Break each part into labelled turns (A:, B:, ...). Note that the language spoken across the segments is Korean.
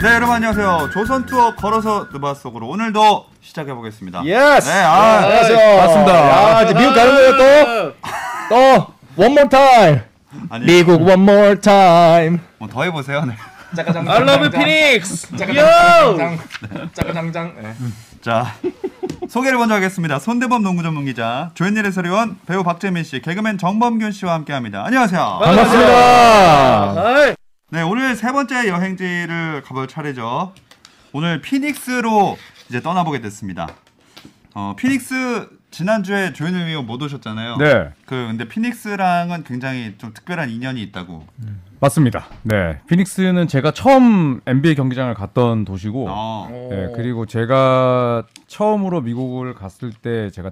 A: 네 여러분 안녕하세요 조선 투어 걸어서 누바 속으로 오늘도 시작해 보겠습니다.
B: 예스.
A: 네, 아,
B: 안녕하세요.
C: 맞습니다.
B: 야, 네. 이제 미국 가는 거예요 또. 또 one more time.
A: 아니
B: 미국 one more time.
A: 뭐 더 해보세요. 네.
D: 짜가장.
C: I love Phoenix.
D: 짜가장. 짜가장장. 예.
A: 자 소개를 먼저 하겠습니다. 손대범 농구 전문 기자 조현일 해설위원 배우 박재민 씨 개그맨 정범균 씨와 함께합니다. 안녕하세요.
B: 반갑습니다.
C: 아이,
A: 네 오늘 세 번째 여행지를 가볼 차례죠. 오늘 피닉스로 이제 떠나보게 됐습니다. 어 피닉스 지난주에 조현일 위원 못 오셨잖아요.
E: 네,
A: 그 근데 피닉스랑은 굉장히 좀 특별한 인연이 있다고.
E: 맞습니다. 네, 피닉스는 제가 처음 NBA 경기장을 갔던 도시고,
A: 어.
E: 네, 그리고 제가 처음으로 미국을 갔을 때 제가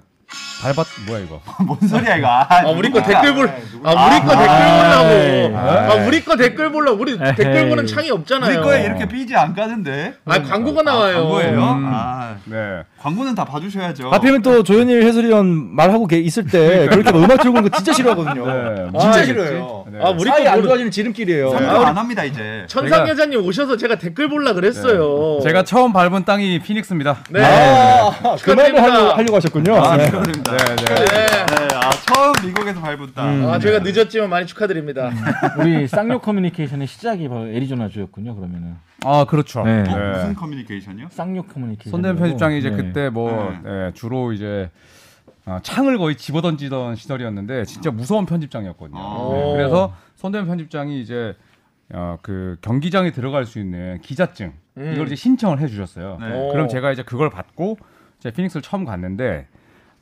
E: 밟았 뭐야 이거?
A: 뭔 소리야 이거. 아,
C: 아 우리 거
A: 누구야?
C: 댓글 볼. 아 우리 거 댓글 보려고. 아 우리 거 댓글 보려. 우리 댓글 보는 창이 없잖아요.
A: 우리 거에 이렇게 삐지 안 까는데.
C: 아 광고가 나와요.
A: 광고예요?
E: 음.
A: 아,
E: 네,
A: 광고는 다 봐주셔야죠.
B: 하필이면 또 조현일 해설위원 말하고 계- 있을 때 그렇게 막 음악 틀고 있는 거 진짜 싫어하거든요.
E: 네,
B: 네. 진짜
E: 아,
B: 싫어요.
E: 네.
C: 아 우리
B: 사이
C: 거
B: 안
C: 모르.
B: 좋아지는 지름길이에요.
A: 삼도 안 합니다 이제.
C: 천상 여자님 오셔서 제가 댓글 보려 그랬어요.
E: 네. 제가 처음 밟은 땅이 피닉스입니다.
C: 네.
B: 아, 그 말도 하려고, 하려고 하셨군요.
A: 아,
B: 네.
A: 축하드립니다.
E: 네, 네.
C: 네.
A: 네, 아, 처음 미국에서 어, 밟은 땅.
C: 아 저희가 늦었지만 많이 축하드립니다.
F: 우리 쌍욕 커뮤니케이션의 시작이 바로 애리조나주였군요. 그러면은
E: 아 그렇죠.
F: 네.
A: 어, 무슨 커뮤니케이션이요?
F: 쌍욕 커뮤니케이션.
E: 예, 손대현 편집장이
A: 예.
E: 이제 그때 뭐
A: 네.
E: 네, 주로 이제 아, 창을 거의 집어던지던 시절이었는데 진짜 무서운 편집장이었거든요.
A: 아.
E: 네, 그래서 손대현 편집장이 이제 어, 그 경기장에 들어갈 수 있는 기자증
C: 음.
E: 이걸 이제 신청을 해주셨어요. 예,
A: 네.
C: 오.
E: 그럼 제가 이제 그걸 받고 제가 피닉스를 처음 갔는데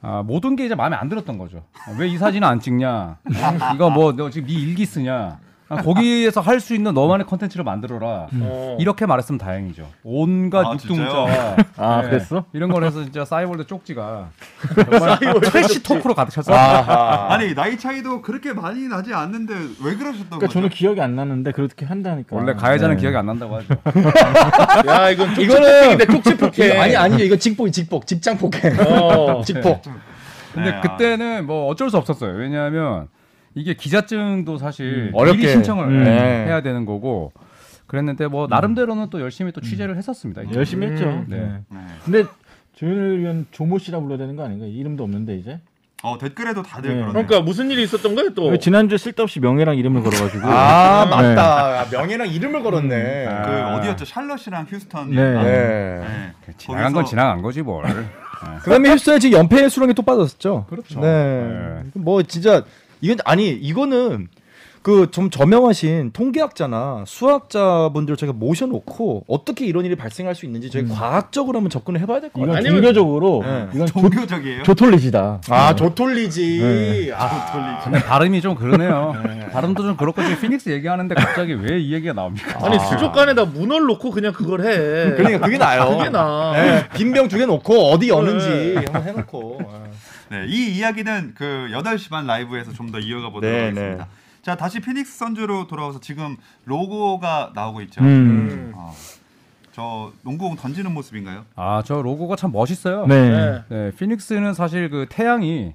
E: 아, 모든 게 이제 마음에 안 들었던 거죠. 왜 이 사진을 안 찍냐? 이거 뭐 너 지금 네 일기 쓰냐? 아, 거기에서 할 수 있는 너만의 컨텐츠를 만들어라.
C: 어.
E: 음. 이렇게 말했으면 다행이죠. 온갖
A: 음. 아,
E: 육등자와
F: 아
E: 네,
F: 그랬어?
E: 이런 걸 해서 진짜 사이월드 쪽지가 정말 트래시 토크로 가득 찼어요.
A: 아. 니 나이 차이도 그렇게 많이 나지 않는데 왜 그러셨던
F: 그러니까
A: 거죠?
F: 저는 기억이 안 나는데 그렇게 한다니까.
E: 원래
F: 네.
E: 가해자는 기억이 안 난다고 하죠.
C: 야 이건
B: 이거는
C: 쪽지폭인데 쪽지폭해.
B: 예. 아니 아니요 이거 직폭이 직폭 직장 폭행
C: 어.
B: 직폭
E: 근데
A: 네, 아.
E: 그때는 뭐 어쩔 수 없었어요. 왜냐하면 이게 기자증도 사실
B: 어렵게.
E: 미리 신청을
F: 음.
B: 네.
E: 해야 되는 거고 그랬는데 뭐 나름대로는 또 열심히 또 취재를 했었습니다. 이제.
F: 음. 열심히 했죠.
E: 네.
F: 네.
A: 네.
F: 근데 조현일 위원 조모 씨라 불러야 되는 거 아닌가? 이름도 없는데 이제.
A: 어, 댓글에도 다들
F: 네.
A: 그러네.
C: 그러니까 무슨 일이 있었던 거예요
E: 어.
C: 또?
F: 왜 지난주에 쓸데없이 명예랑 이름을 걸어가지고.
B: 아 맞다 아, 명예랑 이름을 걸었네
A: 그 어디였죠? 샬럿이랑 휴스턴.
F: 네.
A: 아,
B: 네.
A: 네.
E: 지나간 건
A: 거기서- 아.
E: 지나간 거지 뭘.
B: 그다음에 휴스턴이 지금 연패 수렁에 또 빠졌었죠
E: 그렇죠.
B: 아, 네. 뭐 진짜 이건 아니 이거는 그 좀 저명하신 통계학자나 수학자분들 저희가 모셔놓고 어떻게 이런 일이 발생할 수 있는지 저희 과학적으로 한번 접근을 해봐야 될 것 같아요.
F: 이건
C: 아니면-
F: 종교적으로
B: 네.
F: 이건 조,
A: 종교적이에요.
F: 조톨리지다.
B: 아 조톨리지. 아,
A: 돌리지.
E: 근데 발음이 좀 그러네요. 발음도 좀 그렇고 지금 피닉스 얘기하는데 갑자기 왜 이 얘기가 나옵니까?
C: 아니 수족관에다 문을 놓고 그냥 그걸 해.
B: 그러니까 그게 네. 나요.
C: 그게 나.
B: 네, 빈병 두 개 놓고 어디 여는지 한번 해놓고. 아.
A: 네, 이 이야기는 그 8시 반 라이브에서 좀 더 이어가 보도록
B: 네,
A: 하겠습니다.
B: 네.
A: 자, 다시 피닉스 선즈로 돌아와서 지금 로고가 나오고 있죠.
F: 음.
C: 음.
A: 어, 저 농구공 던지는 모습인가요?
E: 아 저 로고가 참 멋있어요.
F: 네.
C: 네.
E: 네, 피닉스는 사실 그 태양이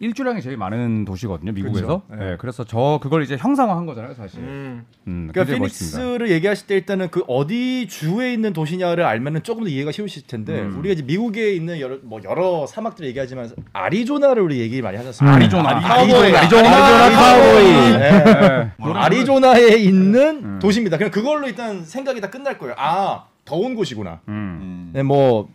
E: 일조량이 제일 많은 도시거든요,
B: 그렇죠.
E: 미국에서. 그 네. 그래서 저 그걸 이제 형상화한 거잖아요, 사실. 음,
C: 음.
B: 그러니까
E: 굉장히 멋있습니다.
B: 피닉스를 얘기하실 때 일단은 그 어디 주에 있는 도시냐를 알면은 조금 더 이해가 쉬우실 텐데 우리가 이제 미국에 있는 여러 뭐 여러 사막들 을 얘기하지만 아리조나를 우리 얘기 많이 하셨습니다.
E: 음. 아리조나,
B: 카우보이,
E: 아리조나,
B: 카우보이. 네.
E: 네.
B: 아리조나에 음. 있는 도시입니다. 그냥 그걸로 일단 생각이 다 끝날 거예요. 아 더운 곳이구나.
E: 음.
A: 음.
B: 네, 뭐.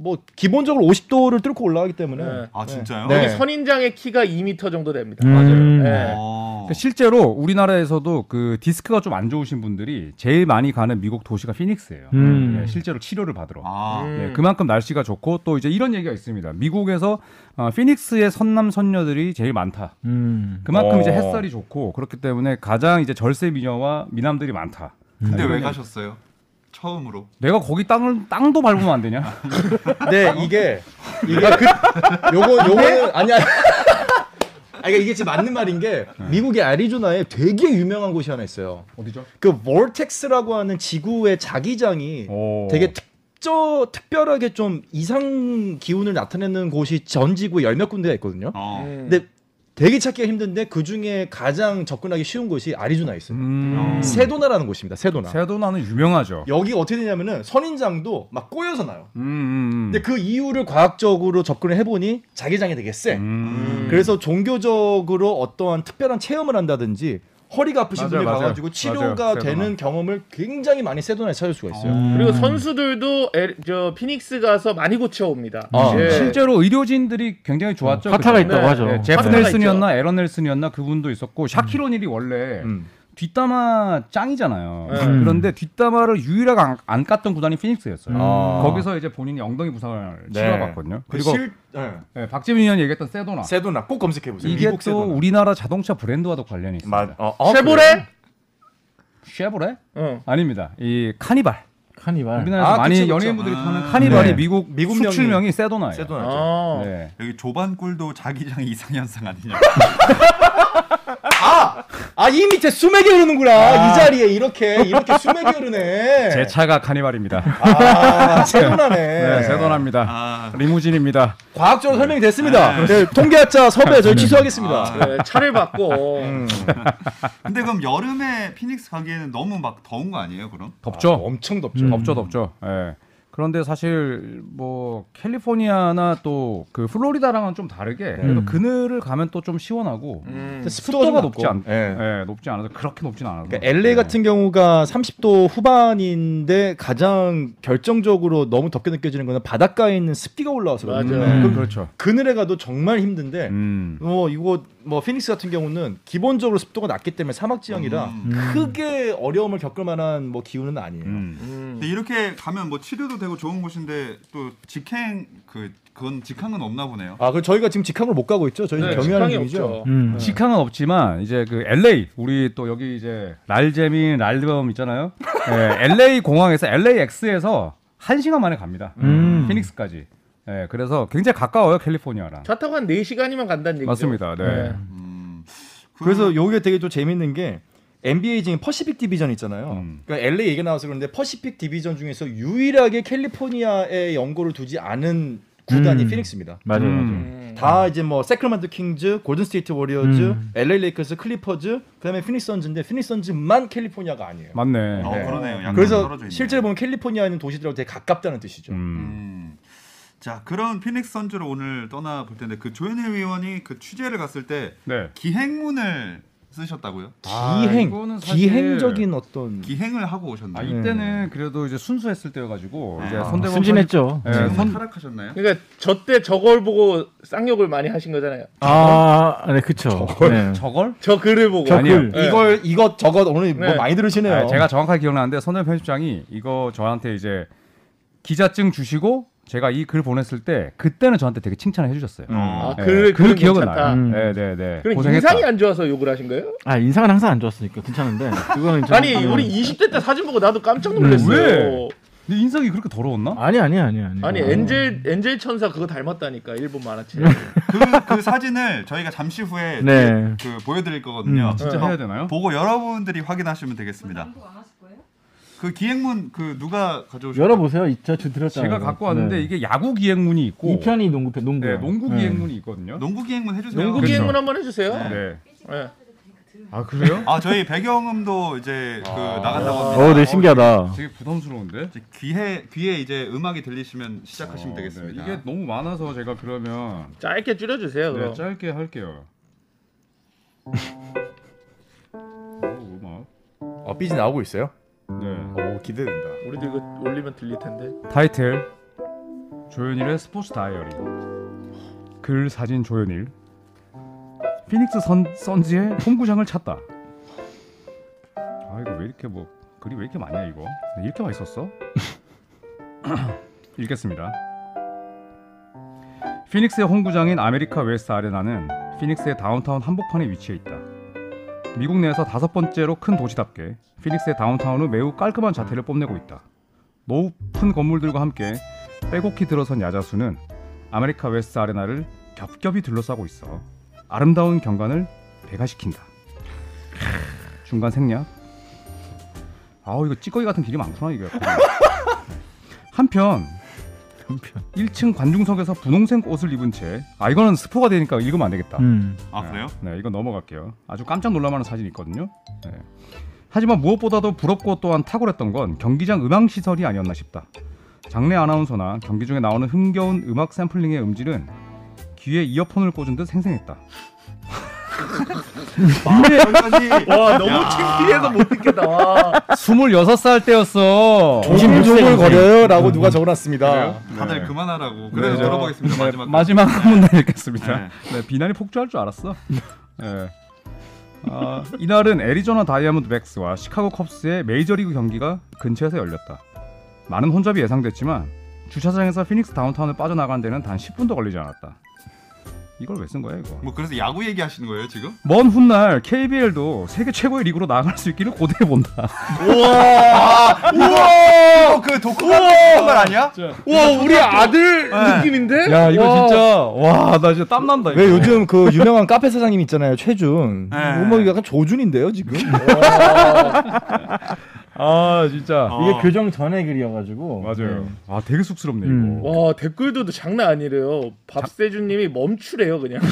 B: 뭐 기본적으로 50도를 뚫고 올라가기 때문에
C: 네.
A: 아, 진짜요?
B: 네.
C: 여기 선인장의 키가 2m 정도 됩니다.
F: 음.
C: 네.
A: 어.
E: 그러니까 실제로 우리나라에서도 그 디스크가 좀 안 좋으신 분들이 제일 많이 가는 미국 도시가 피닉스예요.
F: 음.
E: 네, 실제로 치료를 받으러.
A: 아,
C: 음.
E: 예, 그만큼 날씨가 좋고 또 이제 이런 얘기가 있습니다. 미국에서 어, 피닉스의 선남 선녀들이 제일 많다.
F: 음.
E: 그만큼
B: 어.
E: 이제 햇살이 좋고 그렇기 때문에 가장 이제 절세 미녀와 미남들이 많다.
A: 근데 왜 가셨어요? 처음으로.
E: 내가 거기 땅을 땅도 밟으면 안 되냐?
B: 네, 이게 이게 그 요거 요거는 아니야. 아니 이게 지금 맞는 말인 게 미국의 애리조나에 되게 유명한 곳이 하나 있어요.
E: 어디죠?
B: 그 볼텍스라고 하는 지구의 자기장이
E: 오.
B: 되게 특저 특별하게 좀 이상 기운을 나타내는 곳이 전 지구 열몇 군데가 있거든요.
A: 어.
C: 음.
B: 근데 되게 찾기가 힘든데 그 중에 가장 접근하기 쉬운 곳이 아리조나에 있어요.
E: 음.
B: 세도나라는 곳입니다. 세도나.
E: 세도나는 유명하죠.
B: 여기 어떻게 되냐면은 선인장도 막 꼬여서 나요.
E: 음, 음, 음.
B: 근데 그 이유를 과학적으로 접근을 해보니 자기장이 되게 세.
E: 음.
B: 그래서 종교적으로 어떠한 특별한 체험을 한다든지 허리가 아프신
E: 맞아요,
B: 분이
E: 맞아요.
B: 가가지고 치료가
E: 맞아요, 세도나.
B: 되는 경험을 굉장히 많이 세도나에 찾을 수가 있어요.
E: 음.
C: 그리고 선수들도 에, 저 피닉스 가서 많이 고쳐옵니다.
B: 아,
C: 예.
E: 실제로 의료진들이 굉장히 좋았죠.
F: 어, 파타가
E: 그죠?
F: 있다고
C: 네,
F: 하죠.
E: 네, 제프
C: 파타가
E: 넬슨이었나 에런 넬슨이었나 그분도 있었고 샤키로닐이 원래
B: 음.
E: 뒷담화 짱이잖아요.
C: 네.
F: 음.
E: 그런데 뒷담화를 유일하게 안, 안 깠던 구단이 피닉스였어요. 음.
B: 아.
E: 거기서 이제 본인이 엉덩이 부상을
B: 네.
E: 치러봤거든요. 그리고
B: 실- 예.
E: 예, 박재민 의원이 얘기했던 세도나
D: 세도나 꼭 검색해 보세요.
E: 이게 또
D: 미국 세도나.
E: 우리나라 자동차 브랜드와도 관련이 있습니다.
D: 맞. 어, 어,
C: 세보레?
E: 쉐보레?
C: 어.
E: 아닙니다. 이 카니발.
F: 카니발.
E: 우리나라에서
B: 아,
E: 많이
B: 그치, 그치.
E: 연예인분들이
A: 아.
E: 타는 카니발이
B: 네.
E: 미국
B: 미국
E: 미국 출명이
B: 명이
E: 세도나예요.
D: 세도나죠.
C: 아.
E: 네.
A: 여기 조반꿀도 자기장 이상 현상 아니냐?
B: 아, 이 밑에 수맥이 흐르는구나. 이 자리에 이렇게 이렇게 수맥이 흐르네.
E: 아. 제 차가 카니발입니다.
B: 아, 세도나네.
E: 네, 세도나입니다.
A: 아,
E: 리무진입니다.
B: 과학적으로 설명이
E: 아,
B: 됐습니다. 네, 통계학자 섭외 저희 취소하겠습니다.
C: 네, 차를 받고
E: 음.
A: 근데 그럼 여름에 피닉스 가기에는 너무 막 더운 거 아니에요? 그럼?
E: 덥죠?
B: 엄청 덥죠.
E: 덥죠, 덥죠. 예. 그런데 사실 뭐 캘리포니아나 또 그 플로리다랑은 좀
B: 네.
E: 다르게
B: 음.
E: 그래도 그늘을 가면 또 좀 시원하고
C: 음.
B: 습도가,
E: 습도가
B: 좀
E: 높지
B: 낮고.
E: 않,
B: 예.
E: 예, 높지 않아서 그렇게 높진 않아서.
B: 음.
E: 네.
B: 그러니까 LA 같은 경우가 30도 후반인데 가장 결정적으로 너무 덥게 느껴지는 거는 바닷가에 있는 습기가 올라와서
C: 맞아요.
B: 그렇거든요.
E: 음,
B: 그럼
E: 그렇죠.
B: 그늘에 가도 정말 힘든데
E: 음.
B: 어 이거 뭐 피닉스 같은 경우는 기본적으로 습도가 낮기 때문에 사막 지형이라
C: 음.
B: 크게 어려움을 겪을 만한 뭐 기후는 아니에요.
E: 음.
A: 근데
C: 네,
A: 이렇게 가면 뭐 치료도 되고 좋은 곳인데 또 직행 그 그건 직항은 없나 보네요.
B: 아, 그럼 저희가 지금 직항으로 못 가고 있죠? 저희는
C: 네,
B: 경유하는
C: 직항이
B: 중이죠.
C: 없죠.
F: 음.
E: 직항은 없지만 이제 그 LA 우리 또 여기 이제 랄제민 랄드범 있잖아요. 예, LA 공항에서 LAX에서 1시간 만에 갑니다.
F: 음.
E: 피닉스까지. 예, 그래서 굉장히 가까워요, 캘리포니아랑.
C: 차 타고 한 4시간이면 간다는 얘기죠.
E: 맞습니다. 네.
C: 네.
A: 음. 그-
B: 그래서 요게 되게 또 재밌는 게 NBA 중에 퍼시픽 디비전 있잖아요.
E: 음.
B: 그러니까 LA 얘기가 나와서 그런데 퍼시픽 디비전 중에서 유일하게 캘리포니아에 연고를 두지 않은 구단이
F: 음.
B: 피닉스입니다.
F: 맞아요. 맞아요.
E: 음.
C: 음.
B: 다 이제 뭐 세크라멘토 킹즈, 골든 스테이트 워리어즈,
F: 음.
B: LA 레이커스, 클리퍼즈, 그다음에 피닉스 선즈인데 피닉스 선즈만 캘리포니아가 아니에요.
E: 맞네.
A: 어, 그러네요. 약간
B: 그래서
A: 떨어져 있네요.
B: 실제로 뭐- 보면 캘리포니아는 도시들하고 되게 가깝다는 뜻이죠.
E: 음.
A: 음. 자 그런 피닉스 선즈로 오늘 떠나 볼 텐데 그 조현일 위원이 그 취재를 갔을 때
E: 네.
A: 기행문을 쓰셨다고요?
E: 아,
B: 기행,
E: 이거는 사실-
B: 기행적인 어떤
A: 기행을 하고 오셨나요?
E: 아 이때는 그래도 이제 순수했을 때여가지고 이제
A: 아,
E: 손대범
F: 네. 순진했죠.
E: 예,
A: 지금
E: 손-
A: 타락하셨나요?
C: 그러니까 저 때 저걸 보고 쌍욕을 많이 하신 거잖아요.
F: 아, 네, 그쵸. 네.
E: 저걸?
C: 저 글을 보고.
E: 저
F: 글.
C: 예.
B: 이걸 이것 저것 오늘 뭐
C: 네.
B: 많이 들으시네요.
E: 아, 제가 정확하게 기억나는데 선대 편집장이 이거 저한테 이제 기자증 주시고 제가 이 글 보냈을 때 그때는 저한테 되게 칭찬을 해주셨어요.
A: 어.
C: 아,
E: 예,
C: 글,
E: 그
C: 글
E: 기억은
C: 괜찮다.
E: 나요.
F: 음.
E: 네네네. 네,
C: 그럼
E: 고생했다.
C: 인상이 안 좋아서 욕을 하신 거예요?
F: 아, 인상은 항상 안 좋았으니까 괜찮은데. 그거는 좀-
C: 아니 우리 20대 때 사진 보고 나도 깜짝 놀랐어요.
E: 음. 왜? 네 인상이 그렇게 더러웠나?
F: 아니 아니 아니 아니.
C: 아니
E: 음.
C: 엔젤 엔젤 천사 그거 닮았다니까 일본 만화책.
A: 그, 그 사진을 저희가 잠시 후에
F: 네.
A: 그 보여드릴 거거든요.
F: 음,
E: 진짜
C: 네.
E: 해야 되나요?
A: 보고 여러분들이 확인하시면 되겠습니다.
G: 광고 안 하실 거예요?
A: 그 기행문 그 누가 가져오셨죠?
F: 열어보세요. 이차 드렸잖아요.
E: 제가 갖고 왔는데
F: 네.
E: 이게 야구 기행문이 있고
F: 이 편이 농구편 농구.
E: 네, 농구 기행문이 있거든요.
A: 농구 기행문 해주세요.
C: 농구
E: 그렇죠.
C: 기행문 한번 해주세요.
E: 네.
C: 예.
E: 아 그래요?
A: 아 저희 배경음도 이제 그 나간다고 합니다.
F: 어, 네 신기하다.
E: 되게 부담스러운데.
A: 이제 귀에 귀에 이제 음악이 들리시면 시작하시면
E: 어,
A: 되겠습니다.
E: 네. 이게 너무 많아서 제가 그러면
C: 짧게 줄여주세요.
E: 네,
C: 그럼.
E: 짧게 할게요. 어. 오, 음악.
B: 어, 삐지 나오고 있어요?
E: 네.
B: 오 기대된다.
C: 우리도 이거 올리면 들릴 텐데.
E: 타이틀 조현일의 스포츠 다이어리. 글 사진 조현일. 피닉스 선, 선즈의 홈구장을 찾다. 아 이거 왜 이렇게 뭐 글이 왜 이렇게 많냐 이거? 네, 이렇게 와 있었어? 읽겠습니다. 피닉스의 홈구장인 아메리카 웨스트 아레나는 피닉스의 다운타운 한복판에 위치해 있다. 미국 내에서 다섯 번째로 큰 도시답게 피닉스의 다운타운은 매우 깔끔한 자태를 뽐내고 있다. 높은 건물들과 함께 빼곡히 들어선 야자수는 아메리카 웨스트 아레나를 겹겹이 둘러싸고 있어 아름다운 경관을 배가시킨다. 크으, 중간 생략. 아우 이거 찌꺼기 같은 길이 많구나 이게. 한편
F: 한편.
E: 1층 관중석에서 분홍색 옷을 입은 채 아 이거는 스포가 되니까 읽으면 안 되겠다.
F: 음.
A: 아 그래요?
E: 네, 이거 넘어갈게요. 아주 깜짝 놀랄만한 사진이 있거든요. 네. 하지만 무엇보다도 부럽고 또한 탁월했던 건 경기장 음향 시설이 아니었나 싶다. 장내 아나운서나 경기 중에 나오는 흥겨운 음악 샘플링의 음질은 귀에 이어폰을 꽂은 듯 생생했다.
A: 네. 여기까지
C: 와 너무 창피해서
B: 아.
C: 못 듣겠다. 와.
E: 26살 때였어.
B: 조심조심거려요라고 누가 적어놨습니다.
A: 다들
E: 네.
A: 그만하라고. 그래서 들어보겠습니다. 네, 마지막.
E: 마지막 한 문단 읽겠습니다.
A: 네.
E: 네, 비난이 폭주할 줄 알았어. 네. 아, 이날은 애리조나 다이아몬드 백스와 시카고 컵스의 메이저리그 경기가 근처에서 열렸다. 많은 혼잡이 예상됐지만 주차장에서 피닉스 다운타운을 빠져나가는 데는 단 10분도 걸리지 않았다. 이걸 왜 쓴 거야 이거?
A: 뭐 그래서 야구 얘기하시는 거예요 지금?
E: 먼 훗날 KBL도 세계 최고의 리그로 나아갈 수 있기를 고대해 본다.
A: 우와! 그 도쿠 같은 말 아니야?
C: 와 우리 아들 느낌인데?
E: 네. 야 이거 진짜 와 나 진짜 땀 난다.
B: 왜 요즘 그 유명한 카페 사장님 있잖아요 최준.
A: 네.
B: 뭐 약간 조준인데요 지금.
E: 네.
B: 뭐.
E: 아 진짜
A: 어.
F: 이게 교정 전에 글이어가지고.
E: 맞아요. 아 되게 쑥스럽네
F: 음.
E: 이거.
C: 와 댓글도 장난 아니래요. 밥세준님이 멈추래요 그냥.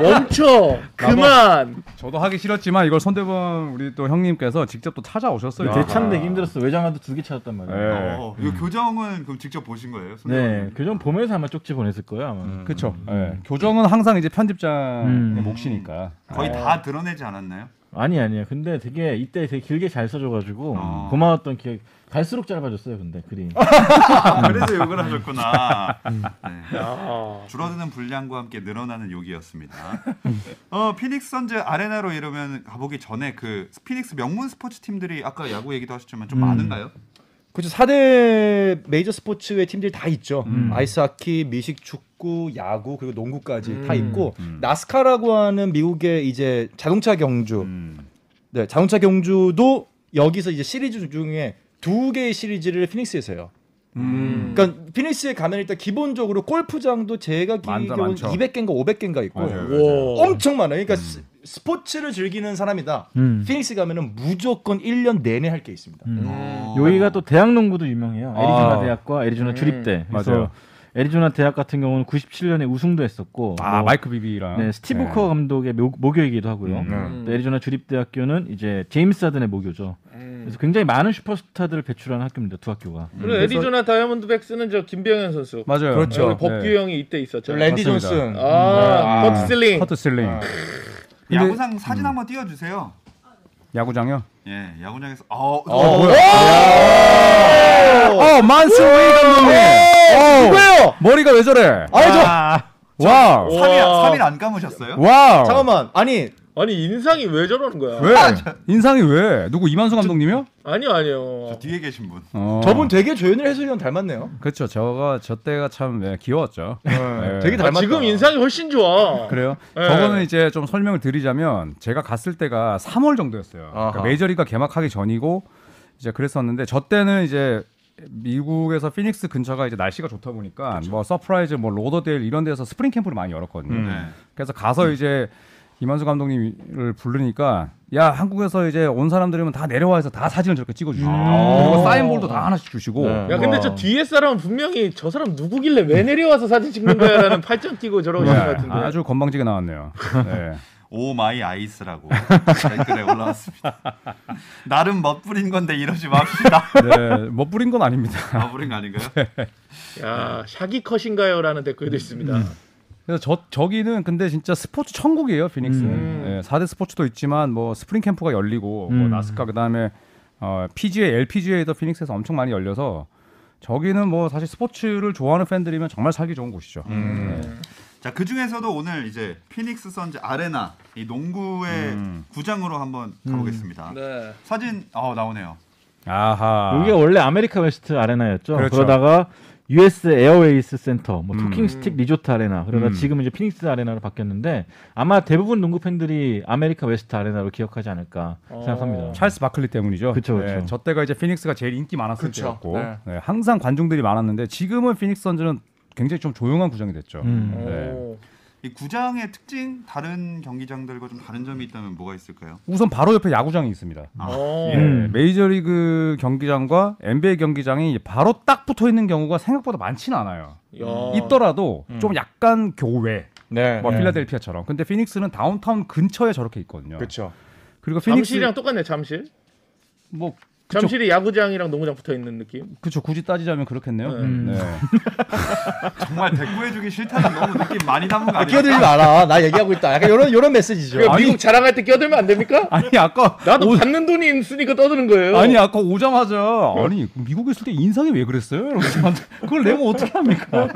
C: 멈춰 그만.
E: 저도 하기 싫었지만 이걸 손대범 우리 또 형님께서 직접 또 찾아오셨어요.
F: 네. 재참되기 힘들었어. 외장하드 두 개 찾았단 말이야. 네.
E: 예.
A: 어, 이거 교정은 그럼 직접 보신 거예요?
E: 네.
F: 교정 보면서 아마 쪽지 보냈을 거예요. 아마.
E: 그렇죠. 교정은 항상 이제 편집장의
F: 음.
E: 몫이니까.
A: 거의 다 드러내지 않았나요?
F: 아니 아니야. 근데 되게 이때 되게 길게 잘 써줘가지고
E: 아.
A: 어.
F: 고마웠던 기억. 갈수록 짧아졌어요. 근데 그림.
A: 아, 그래서 욕을 하셨구나. 네.
C: 아.
A: 줄어드는 분량과 함께 늘어나는 욕이었습니다. 어, 피닉스 선즈 아레나로 이러면 가보기 전에 그 피닉스 명문 스포츠 팀들이 아까 야구 얘기도 하셨지만 좀 많은가요?
B: 그렇죠. 4대 메이저 스포츠의 팀들이 다 있죠.
E: 음.
B: 아이스하키, 미식 축구, 야구 그리고 농구까지 다
E: 음.
B: 있고 나스카라고 하는 미국의 이제 자동차 경주.
E: 음.
B: 네, 자동차 경주도 여기서 이제 시리즈 중에 두 개의 시리즈를 피닉스에서 해요.
C: 음.
E: 음.
B: 그러니까 피닉스에 가면 일단 기본적으로 골프장도 제가
E: 많죠,
B: 기억은
E: 많죠.
B: 200개인가 500개인가 있고
E: 네, 맞아요. 음.
C: 와.
B: 엄청 많아요. 그러니까 스- 스포츠를 즐기는 사람이다.
F: 음.
B: 피닉스 가면은 무조건 1년 내내 할 게 있습니다.
E: 음.
B: 음.
A: 어,
F: 여기가 또 대학 농구도 유명해요. 애리조나
E: 아. 음,
F: 대학과 애리조나 주립대. 그래서
E: 맞아요.
F: 애리조나 대학 같은 경우는 97년에 우승도 했었고.
E: 아
F: 뭐,
E: 마이크 비비랑.
F: 네, 스티브
E: 예.
F: 커 감독의 모, 모교이기도 하고요.
E: 음.
F: 또 애리조나 주립대학교는 이제 제임스 하든의 모교죠.
E: 음.
F: 그래서 굉장히 많은 슈퍼스타들을 배출한 학교입니다. 두 학교가.
C: 그리고 애리조나 다이아몬드 백스는 저 김병현 선수.
E: 맞아요. 네.
B: 그렇죠.
C: 여기 법규 형이 이때 있었죠.
B: 랜디
E: 맞습니다. 음.
B: 존슨.
C: 아, 버트
E: 네.
C: 슬링.
E: 커트 슬링.
B: 아.
E: 근데- 음.
A: 야구장 사진 한번 띄워주세요.
E: 야구장요.
A: 예, 야구장에서 어,
B: 어,
E: 아,
A: 어,
B: 뭐야?
E: 어 만스 웨이 감독님. 어,
B: 예! 누구예요?
E: 머리가 왜 저래?
B: 아니 저
E: 와우.
A: 3일, 3일 안 감으셨어요?
E: 와우.
B: 잠깐만 아, 아니
E: 어.
C: 아니 인상이 왜 저러는 거야?
E: 왜? 인상이 왜? 누구 이만수 감독님이요?
C: 아니요 아니요.
A: 저 뒤에 계신 분.
E: 어.
B: 저분 되게 조현일 해설위원 닮았네요.
E: 그렇죠. 저가 저 때가 참 예, 귀여웠죠.
B: 어,
E: 예.
B: 되게
C: 아,
B: 닮았다.
C: 지금 인상이 훨씬 좋아.
E: 그래요?
C: 예.
E: 저거는 이제 좀 설명을 드리자면 제가 갔을 때가 3월 정도였어요. 그러니까
B: 아하.
E: 메이저리가 개막하기 전이고 이제 그랬었는데 저 때는 이제 미국에서 피닉스 근처가 이제 날씨가 좋다 보니까 뭐 서프라이즈 뭐 로더데일 이런 데서 스프링 캠프를 많이 열었거든요.
A: 네.
E: 그래서 가서 이제 이만수 감독님을 부르니까 야 한국에서 이제 온 사람들이면 다 내려와서 다 사진을 저렇게 찍어주시고 그리고 사인볼도 다 하나씩 주시고 네.
C: 야 근데 저 뒤에 사람은 분명히 저 사람 누구길래 왜 내려와서 사진 찍는 거야라는 팔짱 끼고 저러고 있는 것
E: 네,
C: 같은데.
E: 아주 건방지게 나왔네요. 네.
A: 오 마이 아이스라고 댓글에 올라왔습니다. 나름 멋부린 건데 이러지 맙시다.
E: 네, 멋부린 건 아닙니다.
A: 멋부린 거 아닌가요?
E: 네. 아,
C: 야 샤기 컷인가요라는 댓글도 있습니다.
E: 음. 그래서 저 저기는 근데 진짜 스포츠 천국이에요 피닉스는 예, 4대 스포츠도 있지만 뭐 스프링 캠프가 열리고 뭐
F: 음.
E: 나스카 그다음에 어, PGA, LPGA도 피닉스에서 엄청 많이 열려서 저기는 뭐 사실 스포츠를 좋아하는 팬들이면 정말 살기 좋은 곳이죠.
D: 음.
E: 네.
A: 자, 그 중에서도 오늘 이제 피닉스 선즈 아레나 이 농구의
E: 음.
A: 구장으로 한번 가보겠습니다.
C: 네.
A: 사진 어 나오네요.
E: 아하.
F: 여기가 원래 아메리카 웨스트 아레나였죠. 그
E: 그렇죠.
F: 러다가 US 에어웨이스 센터, 뭐 토킹 스틱 리조트 아레나, 그러다
E: 음.
F: 지금 이제 피닉스 아레나로 바뀌었는데 아마 대부분 농구 팬들이 아메리카 웨스트 아레나로 기억하지 않을까
E: 어.
F: 생각합니다.
E: 찰스 바클리 때문이죠. 네,
F: 그쵸, 그쵸.
E: 저 때가 이제 피닉스가 제일 인기 많았을
D: 그쵸,
E: 때였고
D: 네.
E: 네, 항상 관중들이 많았는데 지금은 피닉스 선즈는 굉장히 좀 조용한 구장이 됐죠.
F: 음.
E: 네.
C: 오.
A: 이 구장의 특징 다른 경기장들과 좀 다른 점이 있다면 뭐가 있을까요?
E: 우선 바로 옆에 야구장이 있습니다.
C: 어.
E: 예, 메이저리그 경기장과 NBA 경기장이 바로 딱 붙어 있는 경우가 생각보다 많지는 않아요.
C: 야.
E: 있더라도 좀 약간 교외,
D: 네.
E: 뭐 필라델피아처럼. 근데 피닉스는 다운타운 근처에 저렇게 있거든요.
D: 그렇죠.
E: 그리고 피닉스
C: 잠실이랑 똑같네 잠실.
E: 뭐 그쵸.
C: 잠실이 야구장이랑 농구장 붙어 있는 느낌.
E: 그쵸 굳이 따지자면 그렇겠네요.
C: 음.
E: 네.
A: 정말 대꾸해주기 싫다는 너무 느낌 많이 담은 거
B: 아,
A: 아니에요?
B: 끼어들지 마라. 나 얘기하고 있다. 약간 이런 이런 메시지죠.
C: 그 미국 자랑할 때 끼어들면 안 됩니까?
E: 아니 아까
C: 나도
E: 오-
C: 받는 돈이 있으니까 떠드는 거예요.
E: 아니 아까 오자마자 아니 미국에 있을 때 인상이 왜 그랬어요? 이러면서 완전- 그걸 내면 어떻게 합니까?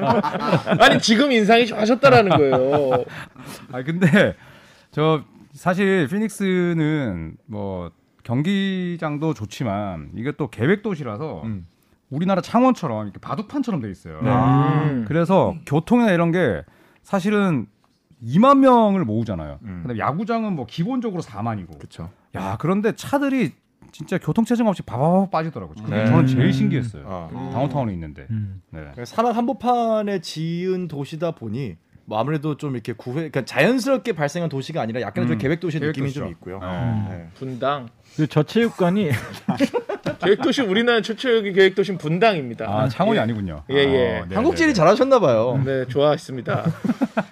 C: 아니 지금 인상이 좋아졌다라는 거예요.
E: 아 근데 저 사실 피닉스는 뭐 경기장도 좋지만 이게 또 계획 도시라서 우리나라 창원처럼 이렇게 바둑판처럼 돼 있어요.
B: 네. 아.
E: 아.
B: 음.
E: 그래서 교통이나 이런 게 사실은 2만 명을 모으잖아요. 근데 야구장은 뭐 기본적으로 4만이고.
D: 그렇죠.
E: 야 그런데 차들이 진짜 교통 체증 없이 바바바 빠지더라고요. 그게 저는 제일 신기했어요.
B: 음.
D: 어.
A: 아.
E: 다운타운에 있는데.
F: 음.
E: 네.
B: 아. 산악 한복판에 지은 도시다 보니 뭐 아무래도 좀 이렇게 구회, 그러니까 자연스럽게 발생한 도시가 아니라 약간 좀
E: 음. 어.
B: 계획 도시
E: 계획
B: 느낌이
E: 도시죠.
B: 좀 있고요. 네.
C: 분당.
F: 그리고 저체육관이
C: 계획도시 우리나라 최초의 계획도시는 분당입니다.
E: 아 창원이 아니군요.
C: 예, 예.
E: 아, 네,
B: 한국
E: 네,
B: 제일 잘하셨나 봐요.
C: 네, 좋아했습니다.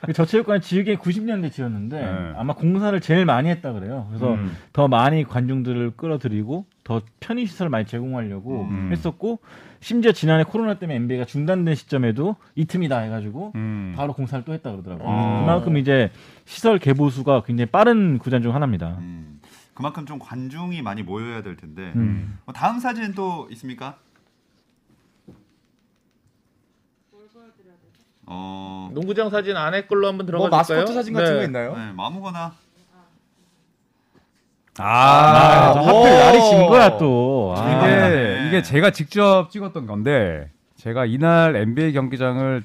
F: 그 저체육관 지우개 90년대 지었는데
E: 네. 음.
F: 아마 공사를 제일 많이 했다 그래요. 그래서 더 많이 관중들을 끌어들이고 더 편의 시설 을 많이 제공하려고
E: 음.
F: 했었고 심지어 지난해 코로나 때문에 NBA가 중단된 시점에도 이 틈이다 해가지고
E: 네. 음.
F: 바로 공사를 또 했다 그러더라고요.
A: 아.
F: 그만큼 이제 시설 개보 수가 굉장히 빠른 구단 중 하나입니다.
A: 음, 그만큼 좀 관중이 많이 모여야 될 텐데.
F: 음.
A: 어, 다음 사진 또 있습니까? 어,
C: 농구장 사진 안에 걸로 한번
B: 뭐
C: 들어가 볼까요?
B: 마스코트 사진 같은 거 있나요?
A: 네, 뭐 아무거나
E: 아,
F: 아, 하필 날이 진 거야 또. 아.
E: 이게
A: 네.
E: 이게 제가 직접 찍었던 건데 제가 이날 NBA 경기장을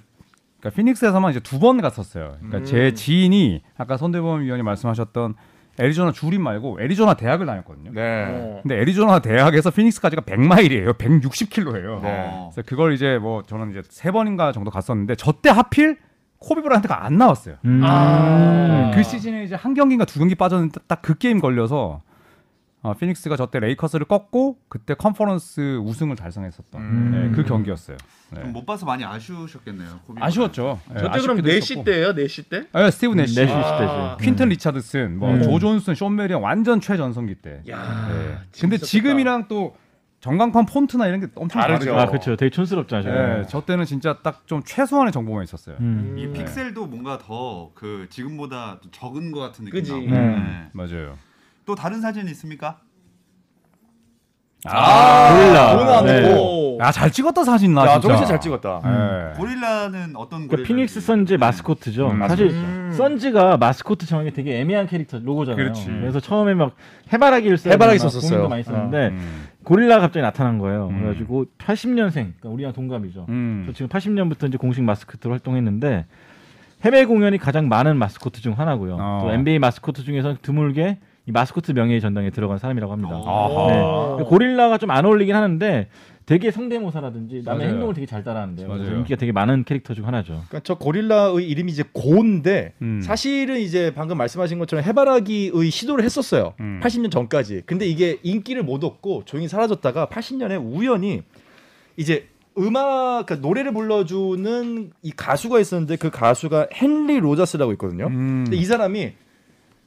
E: 그러니까 피닉스에서만 이제 두 번 갔었어요. 그러니까 제 지인이 아까 손대범 위원이 말씀하셨던 애리조나 주림 말고 애리조나 대학을 다녔거든요.
D: 네.
C: 어.
E: 근데 애리조나 대학에서 피닉스까지가 100마일이에요. 160km예요.
D: 네.
A: 어.
E: 그래서 그걸 이제 뭐 저는 이제 세 번인가 정도 갔었는데 저 때 하필 코비 브라이트가 안 나왔어요.
F: 음.
C: 아.
E: 그 시즌에 이제 한 경기인가 두 경기 빠졌는데 딱 그 게임 걸려서 어, 피닉스가 저때 레이커스를 꺾고 그때 컨퍼런스 우승을 달성했었던
C: 음.
E: 네, 그 경기였어요. 네.
A: 좀못 봐서 많이 아쉬우셨겠네요. 코비
E: 아쉬웠죠. 네,
C: 뭐- 저때 그럼
E: 아쉽기도
C: 4시
E: 했었고.
C: 때예요? 4시 때?
E: 네, 스티브
F: 네,
E: 내시.
F: 시시
C: 아.
F: 때죠.
E: 퀸튼 리차드슨, 뭐
F: 음.
E: 조 존슨, 쇼 메리랑 완전 최전성기 때.
C: 야.
E: 네. 근데
C: 재밌었겠다.
E: 지금이랑 또 전광판 폰트나 이런 게 엄청
D: 다르죠.
E: 다르죠.
F: 아, 그렇죠. 되게 촌스럽잖아요.
E: 네,
F: 저는.
E: 저 때는 진짜 딱 좀 최소한의 정보만 있었어요.
F: 음.
C: 네.
A: 이 픽셀도 뭔가 더 그 지금보다 좀 적은 것 같은 느낌.
C: 그지.
A: 나고.
F: 네.
A: 네.
E: 맞아요.
A: 또 다른 사진 있습니까?
B: 아. 어.
F: 몰라.
C: 아,
D: 오나
F: 네.
D: 네.
E: 아, 야, 잘 찍었다 사진 나
D: 야,
E: 아, 진짜.
D: 정신 잘 찍었다.
E: 네.
A: 음. 고릴라는 어떤
F: 그러니까
A: 고릴라?
F: 피닉스 선즈 마스코트죠.
E: 음,
F: 사실
C: 음.
F: 선즈가 마스코트 정한 게 되게 애매한 캐릭터 로고잖아요.
E: 그렇지.
F: 래서 처음에 막 해바라기를 써야
B: 해바라기
F: 되나 막
B: 썼었어요.
F: 고민도 많이 썼는데
E: 음.
F: 고릴라 갑자기 나타난 거예요.
E: 음.
F: 그래가지고 80년생, 그러니까 우리랑 동갑이죠.
E: 음.
F: 저 지금 80년부터 이제 공식 마스코트로 활동했는데 해외 공연이 가장 많은 마스코트 중 하나고요.
E: 어.
F: 또 NBA 마스코트 중에서 드물게 이 마스코트 명예의 전당에 들어간 사람이라고 합니다.
A: 어.
E: 아하.
F: 네. 고릴라가 좀 안 어울리긴 하는데 되게 성대모사라든지 남의
E: 맞아요.
F: 행동을 되게 잘 따라하는데요. 그래서
E: 맞아요.
F: 인기가 되게 많은 캐릭터 중 하나죠.
B: 그러니까 저 고릴라의 이름이 이제 고인데
E: 음.
B: 사실은 이제 방금 말씀하신 것처럼 해바라기의 시도를 했었어요.
E: 음.
B: 80년 전까지. 근데 이게 인기를 못 얻고 조용히 사라졌다가 80년에 우연히 이제 음악 그러니까 노래를 불러주는 이 가수가 있었는데 그 가수가 헨리 로자스라고 있거든요.
E: 음.
B: 근데 이 사람이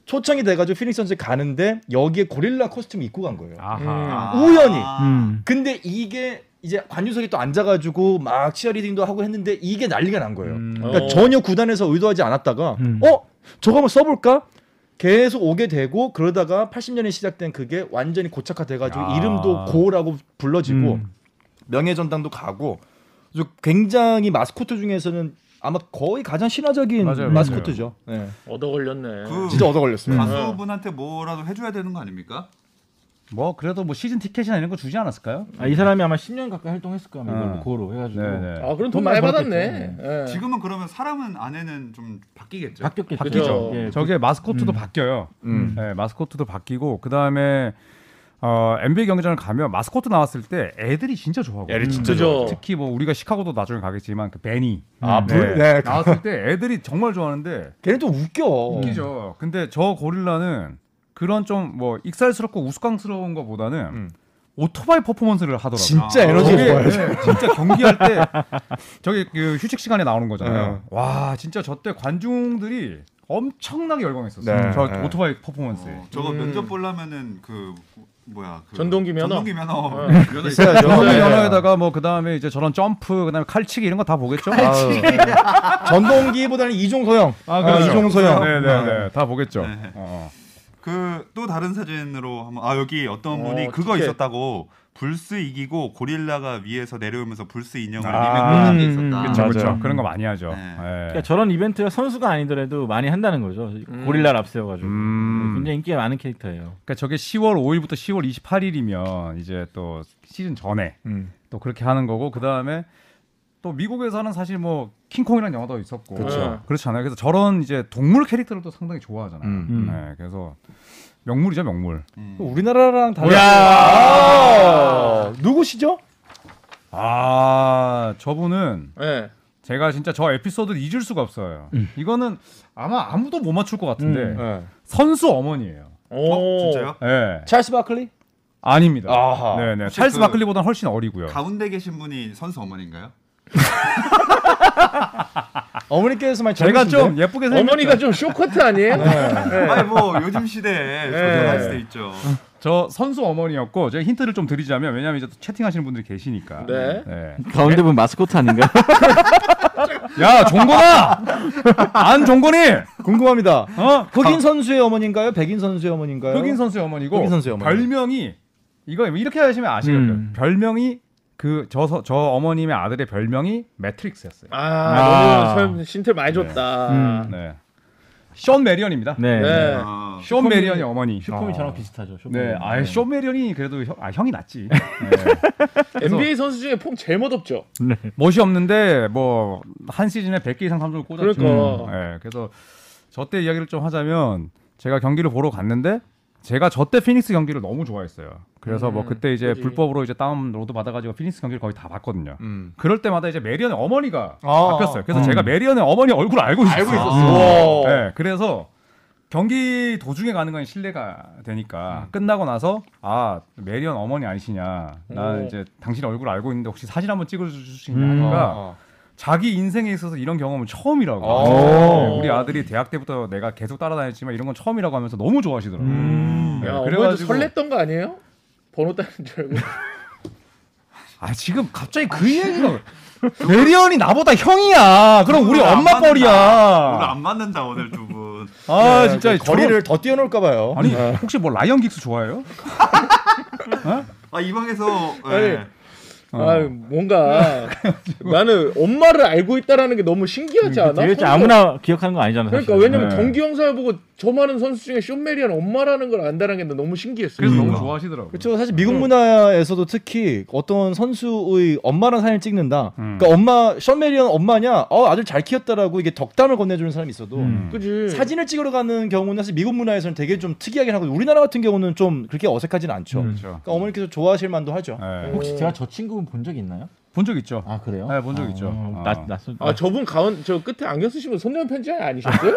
B: 초청이 돼가지고 피닉스 선수 가는데 여기에 고릴라 코스튬 입고 간 거예요.
E: 아하.
A: 아.
B: 우연히.
F: 음.
B: 근데 이게 이제 관중석에 또 앉아가지고 막 치어리딩도 하고 했는데 이게 난리가 난 거예요.
E: 음.
B: 그러니까
C: 어.
B: 전혀 구단에서 의도하지 않았다가
F: 음.
B: 어 저거 한번 써볼까 계속 오게 되고 그러다가 80년에 시작된 그게 완전히 고착화돼가지고
E: 야.
B: 이름도 고라고 불러지고
F: 음.
B: 명예전당도 가고 그래서 굉장히 마스코트 중에서는 아마 거의 가장 신화적인
E: 맞아요, 음.
B: 마스코트죠. 네.
C: 얻어 걸렸네.
A: 그
B: 진짜 얻어 걸렸어요.
A: 가수분한테 뭐라도 해줘야 되는 거 아닙니까?
E: 뭐 그래도 뭐 시즌 티켓이나 이런 거 주지 않았을까요?
F: 아, 이 사람이 아마 10년 가까이 활동했을 거야. 이걸로
E: 어.
F: 고로 해가지고
E: 네.
C: 아, 그럼
F: 돈
C: 돈 많이
F: 많이
C: 받았네. 예.
A: 지금은 그러면 사람은 안에는 좀 바뀌겠죠.
F: 바뀌었겠죠.
C: 바뀌죠.
F: 예,
E: 음. 저게 마스코트도 바뀌어요.
B: 음.
E: 네, 마스코트도 바뀌고 그 다음에 어, NBA 경기장을 가면 마스코트 나왔을 때 애들이 진짜 좋아하고.
C: 애들 진짜 좋아.
E: 특히 뭐 우리가 시카고도 나중에 가겠지만 그 베니
B: 아, 불- 네.
E: 나왔을 때 애들이 정말 좋아하는데
B: 걔는 좀 웃겨.
E: 웃기죠. 근데 저 고릴라는 그런 좀 뭐 익살스럽고 우스꽝스러운 것보다는 오토바이 퍼포먼스를 하더라고요.
B: 진짜
A: 아,
B: 에너지
E: 저게,
B: 좋아요.
E: 네, 진짜 경기할 때 저기 그 휴식 시간에 나오는 거잖아요. 와 진짜 저 때 관중들이 엄청나게 열광했었어요.
B: 네,
E: 저
B: 네.
E: 오토바이 퍼포먼스에.
A: 어, 저거 면접 보려면은 그 뭐야 그
C: 전동기 면허?
A: 전동기 면허
C: 어.
A: 면허 있어야
E: 전동기
C: 네.
E: 면허에다가 뭐 그다음에 이제 저런 점프 그다음에 칼치기 이런 거 다 보겠죠? 아,
B: 전동기보다는 이종서형.
E: 그렇죠.
B: 이종서형.
E: 네, 네, 네. 다 보겠죠.
A: 네.
E: 어.
A: 그또 다른 사진으로 한번 아 여기 어떤
C: 어,
A: 분이 그거
C: 티켓.
A: 있었다고 불스 이기고 고릴라가 위에서 내려오면서 불스 인형을
E: 아,
A: 리메이크한 게 있었다.
F: 음, 음,
E: 그렇죠,
F: 맞아요.
E: 그렇죠. 그런 거 많이 하죠.
A: 네.
E: 예.
F: 그러니까 저런 이벤트가 선수가 아니더라도 많이 한다는 거죠. 고릴라 랍세여가지고 예,
E: 음.
F: 굉장히 인기가 많은 캐릭터예요.
E: 그러니까 저게 10월 5일부터 10월 28일이면 이제 또 시즌 전에 또 그렇게 하는 거고 그 다음에 또 미국에서는 사실 뭐 킹콩이라는 영화도 있었고
C: 그렇죠.
E: 지 않아요. 그래서 저런 이제 동물 캐릭터를 또 상당히 좋아하잖아요.
B: 음.
F: 음.
E: 네, 그래서 명물이죠 명물.
B: 우리나라랑 달라. 아, 음. 누구시죠?
E: 아 저분은
C: 예.
E: 제가 진짜 저 에피소드 잊을 수가 없어요. 이거는 아마 아무도 못 맞출 것 같은데
B: 음. 네.
E: 선수 어머니예요.
A: 어, 진짜요?
E: 예,
B: 찰스 바클리?
E: 아닙니다.
B: 아하.
E: 네네.
A: 혹시
E: 찰스
A: 그-
E: 바클리보다는 훨씬 어리고요.
A: 가운데 계신 분이 선수 어머니인가요?
B: 어머니께서 많이
E: 제가
B: 젊으신데?
E: 좀 예쁘게 생겼
C: 어머니가 좀 쇼커트 아니에요?
A: 아니 뭐 요즘 시대에 조절할 수도 있죠.
E: 저 선수 어머니였고 제가 힌트를 좀 드리자면 왜냐면 이제 또 채팅하시는 분들이 계시니까.
C: 네.
E: 네.
G: 가운데 분 마스코트 아닌가?
E: 야 종건아, 안 종건이,
B: 궁금합니다.
E: 어?
B: 흑인 선수의 어머니인가요? 백인 선수의 어머니인가요?
E: 흑인 선수의 어머니고
B: 흑인 선수의 어머니.
E: 별명이 이거 이렇게 하시면 아시거든요.
F: 음.
E: 별명이 그 저 저 어머님의 아들의 별명이 매트릭스였어요.
C: 아,
F: 아.
C: 너무 설- 힌트 많이 줬다.
F: 음.
E: 네. 션 메리언입니다.
F: 네.
C: 네.
A: 어,
E: 션 메리언이 어머니.
F: 슈퍼맨
E: 어.
F: 저랑 비슷하죠. 슈퍼맨.
E: 네, 아션 메리언이 그래도 형, 아, 형이 낫지.
C: NBA 선수 중에 폼 제일 멋없죠.
E: 멋이 없는데 뭐 한 시즌에 100개 이상 삼점을 꽂았죠.
C: 그러니까.
E: 예, 그래서 저 때 이야기를 좀 하자면 제가 경기를 보러 갔는데 제가 저 때 피닉스 경기를 너무 좋아했어요. 그래서 뭐
C: 음,
E: 그때 이제
C: 그지.
E: 불법으로 이제 다운로드 받아가지고 피닉스 경기를 거의 다 봤거든요. 그럴 때마다 이제 메리언의 어머니가
B: 아.
E: 바뀌었어요. 그래서 제가 메리언의 어머니 얼굴을 아. 음. 알고 있었어요.
C: 알고 있었어.
E: 예, 그래서 경기 도중에 가는 건 신뢰가 되니까 끝나고 나서 아 메리언 어머니 아니시냐 나
C: 오.
E: 이제 당신 얼굴 알고 있는데 혹시 사진 한번 찍어줄 수 있냐
F: 음.
E: 하니까
B: 아.
E: 자기 인생에 있어서 이런 경험은 처음이라고
C: 오.
E: 네, 우리 아들이 대학 때부터 내가 계속 따라다녔지만 이런 건 처음이라고 하면서 너무 좋아하시더라고요 네,
C: 음. 야,
E: 그래가지고
C: 그래가지고 설렜던 거 아니에요? 번호 따는 줄 알고.
E: 아 지금 갑자기 그 얘기가 메리언이 나보다 형이야 그럼 우리
A: 오늘 안
E: 엄마
A: 맞는다. 아- 오늘
E: 뻘이야
A: 안 맞는다 오늘 두 분.
E: 아 진짜 저런-
B: 그 거리를 더 뛰어놓을까 봐요.
E: 아니 혹시 뭐 라이언 긱스 좋아해요?
A: 아 이 방에서 예.
C: 아니,
E: 어.
C: 아, 뭔가 나는 엄마를 알고 있다라는 게 너무 신기하지
E: 음,
C: 않아?
F: 되게
C: 선수-
F: 아무나 기억하는 거 아니잖아요.
C: 그러니까
F: 사실은.
C: 왜냐면
E: 네.
C: 경기 영상을 보고 저 많은 선수 중에 쇼메리안 엄마라는 걸 안다는 게 너무 신기했어요.
E: 그래서 너무
A: 그러니까.
E: 좋아하시더라고요
B: 그렇죠. 사실
E: 음.
B: 미국 문화에서도 특히 어떤 선수의 엄마랑 사진을 찍는다.
E: 음.
B: 그러니까 엄마 션 메리언 엄마냐? 어 아들 잘 키웠다라고 이게 덕담을 건네주는 사람이 있어도
E: 음.
C: 그지.
B: 사진을 찍으러 가는 경우는 사실 미국 문화에서는 되게 좀 특이하긴 하고 우리나라 같은 경우는 좀 그렇게 어색하진 않죠.
E: 그렇죠.
B: 그러니까 어머니께서 좋아하실 만도 하죠.
E: 예.
F: 혹시 제가 저 친구 본 적 있나요?
E: 본적 있죠.
F: 아 그래요?
E: 네, 본적 있죠. 어.
F: 나 낯선.
C: 아 저분 가운 저 끝에 안경 쓰신 분 손녀 편지 아니셨어요?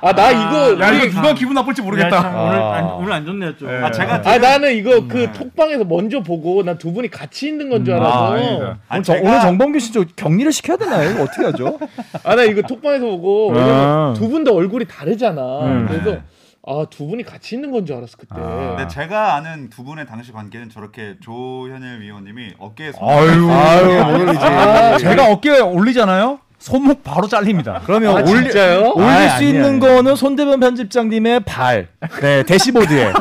C: 아 나 이거
E: 야
C: 우리-
E: 이거 누가 기분 나쁠지
F: 야,
E: 모르겠다.
F: 참, 오늘
B: 아.
F: 안, 오늘 안 좋네요 좀.
E: 예.
A: 아 제가
C: 아 나는 이거 그 톡방에서 먼저 보고 난 두 분이 같이 있는 건 줄
E: 네. 아,
C: 알아서
E: 아닙니다.
A: 아,
B: 오늘, 정-
A: 제가-
B: 오늘 정범규 씨저 격리를 시켜야 되나요? 이거 어떻게 하죠?
C: 아 나 이거 톡방에서 보고
F: 아.
C: 두 분 다 얼굴이 다르잖아
F: 음.
C: 그래서 아 두 분이 같이 있는 건 줄 알았어 그때
E: 아.
A: 네, 제가 아는 두 분의 당시 관계는 저렇게 조현일 위원님이 어깨에 손
E: 아유,
B: 아유, 모르지.
E: 제가 어깨에 올리잖아요. 손목 바로 잘립니다.
B: 그러면
C: 아,
B: 올리,
C: 진짜요?
B: 올릴
F: 아이,
B: 수
F: 아니에요,
B: 있는
F: 아니에요.
B: 거는 손대범 편집장님의 발, 네 대시보드에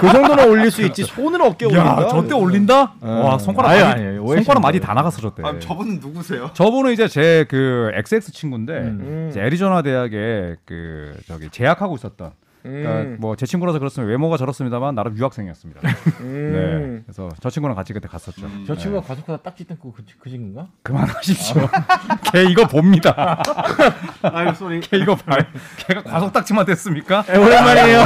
B: 그 정도는 올릴 수 있지 손은 어깨 올린다.
E: 야, 저 때 올린다? 네. 와, 손가락
F: 아유,
E: 많이,
F: 아니에요. 오해하시면
E: 손가락 많이
F: 돼요.
E: 다 나갔어, 저때.
A: 아, 저분은 누구세요?
E: 저분은 이제 제 그 XX 친구인데
C: 음.
E: 이제 애리조나 대학에 그 저기 재학하고 있었던 그러니까
C: 음.
E: 뭐제 친구라서 그렇습니다. 외모가 저렇습니다만 나름 유학생이었습니다. 네.
C: 음.
E: 그래서 저 친구랑 같이 그때 갔었죠.
F: 저 친구가 가속하다 딱지 뜯고 그, 그 친구인가?
E: 그만하십시오. 걔 이거 봅니다.
F: 아유 소리.
E: 네, 걔 이거 봐요. 걔가 과속 딱지만 됐습니까?
F: 오랜만이에요.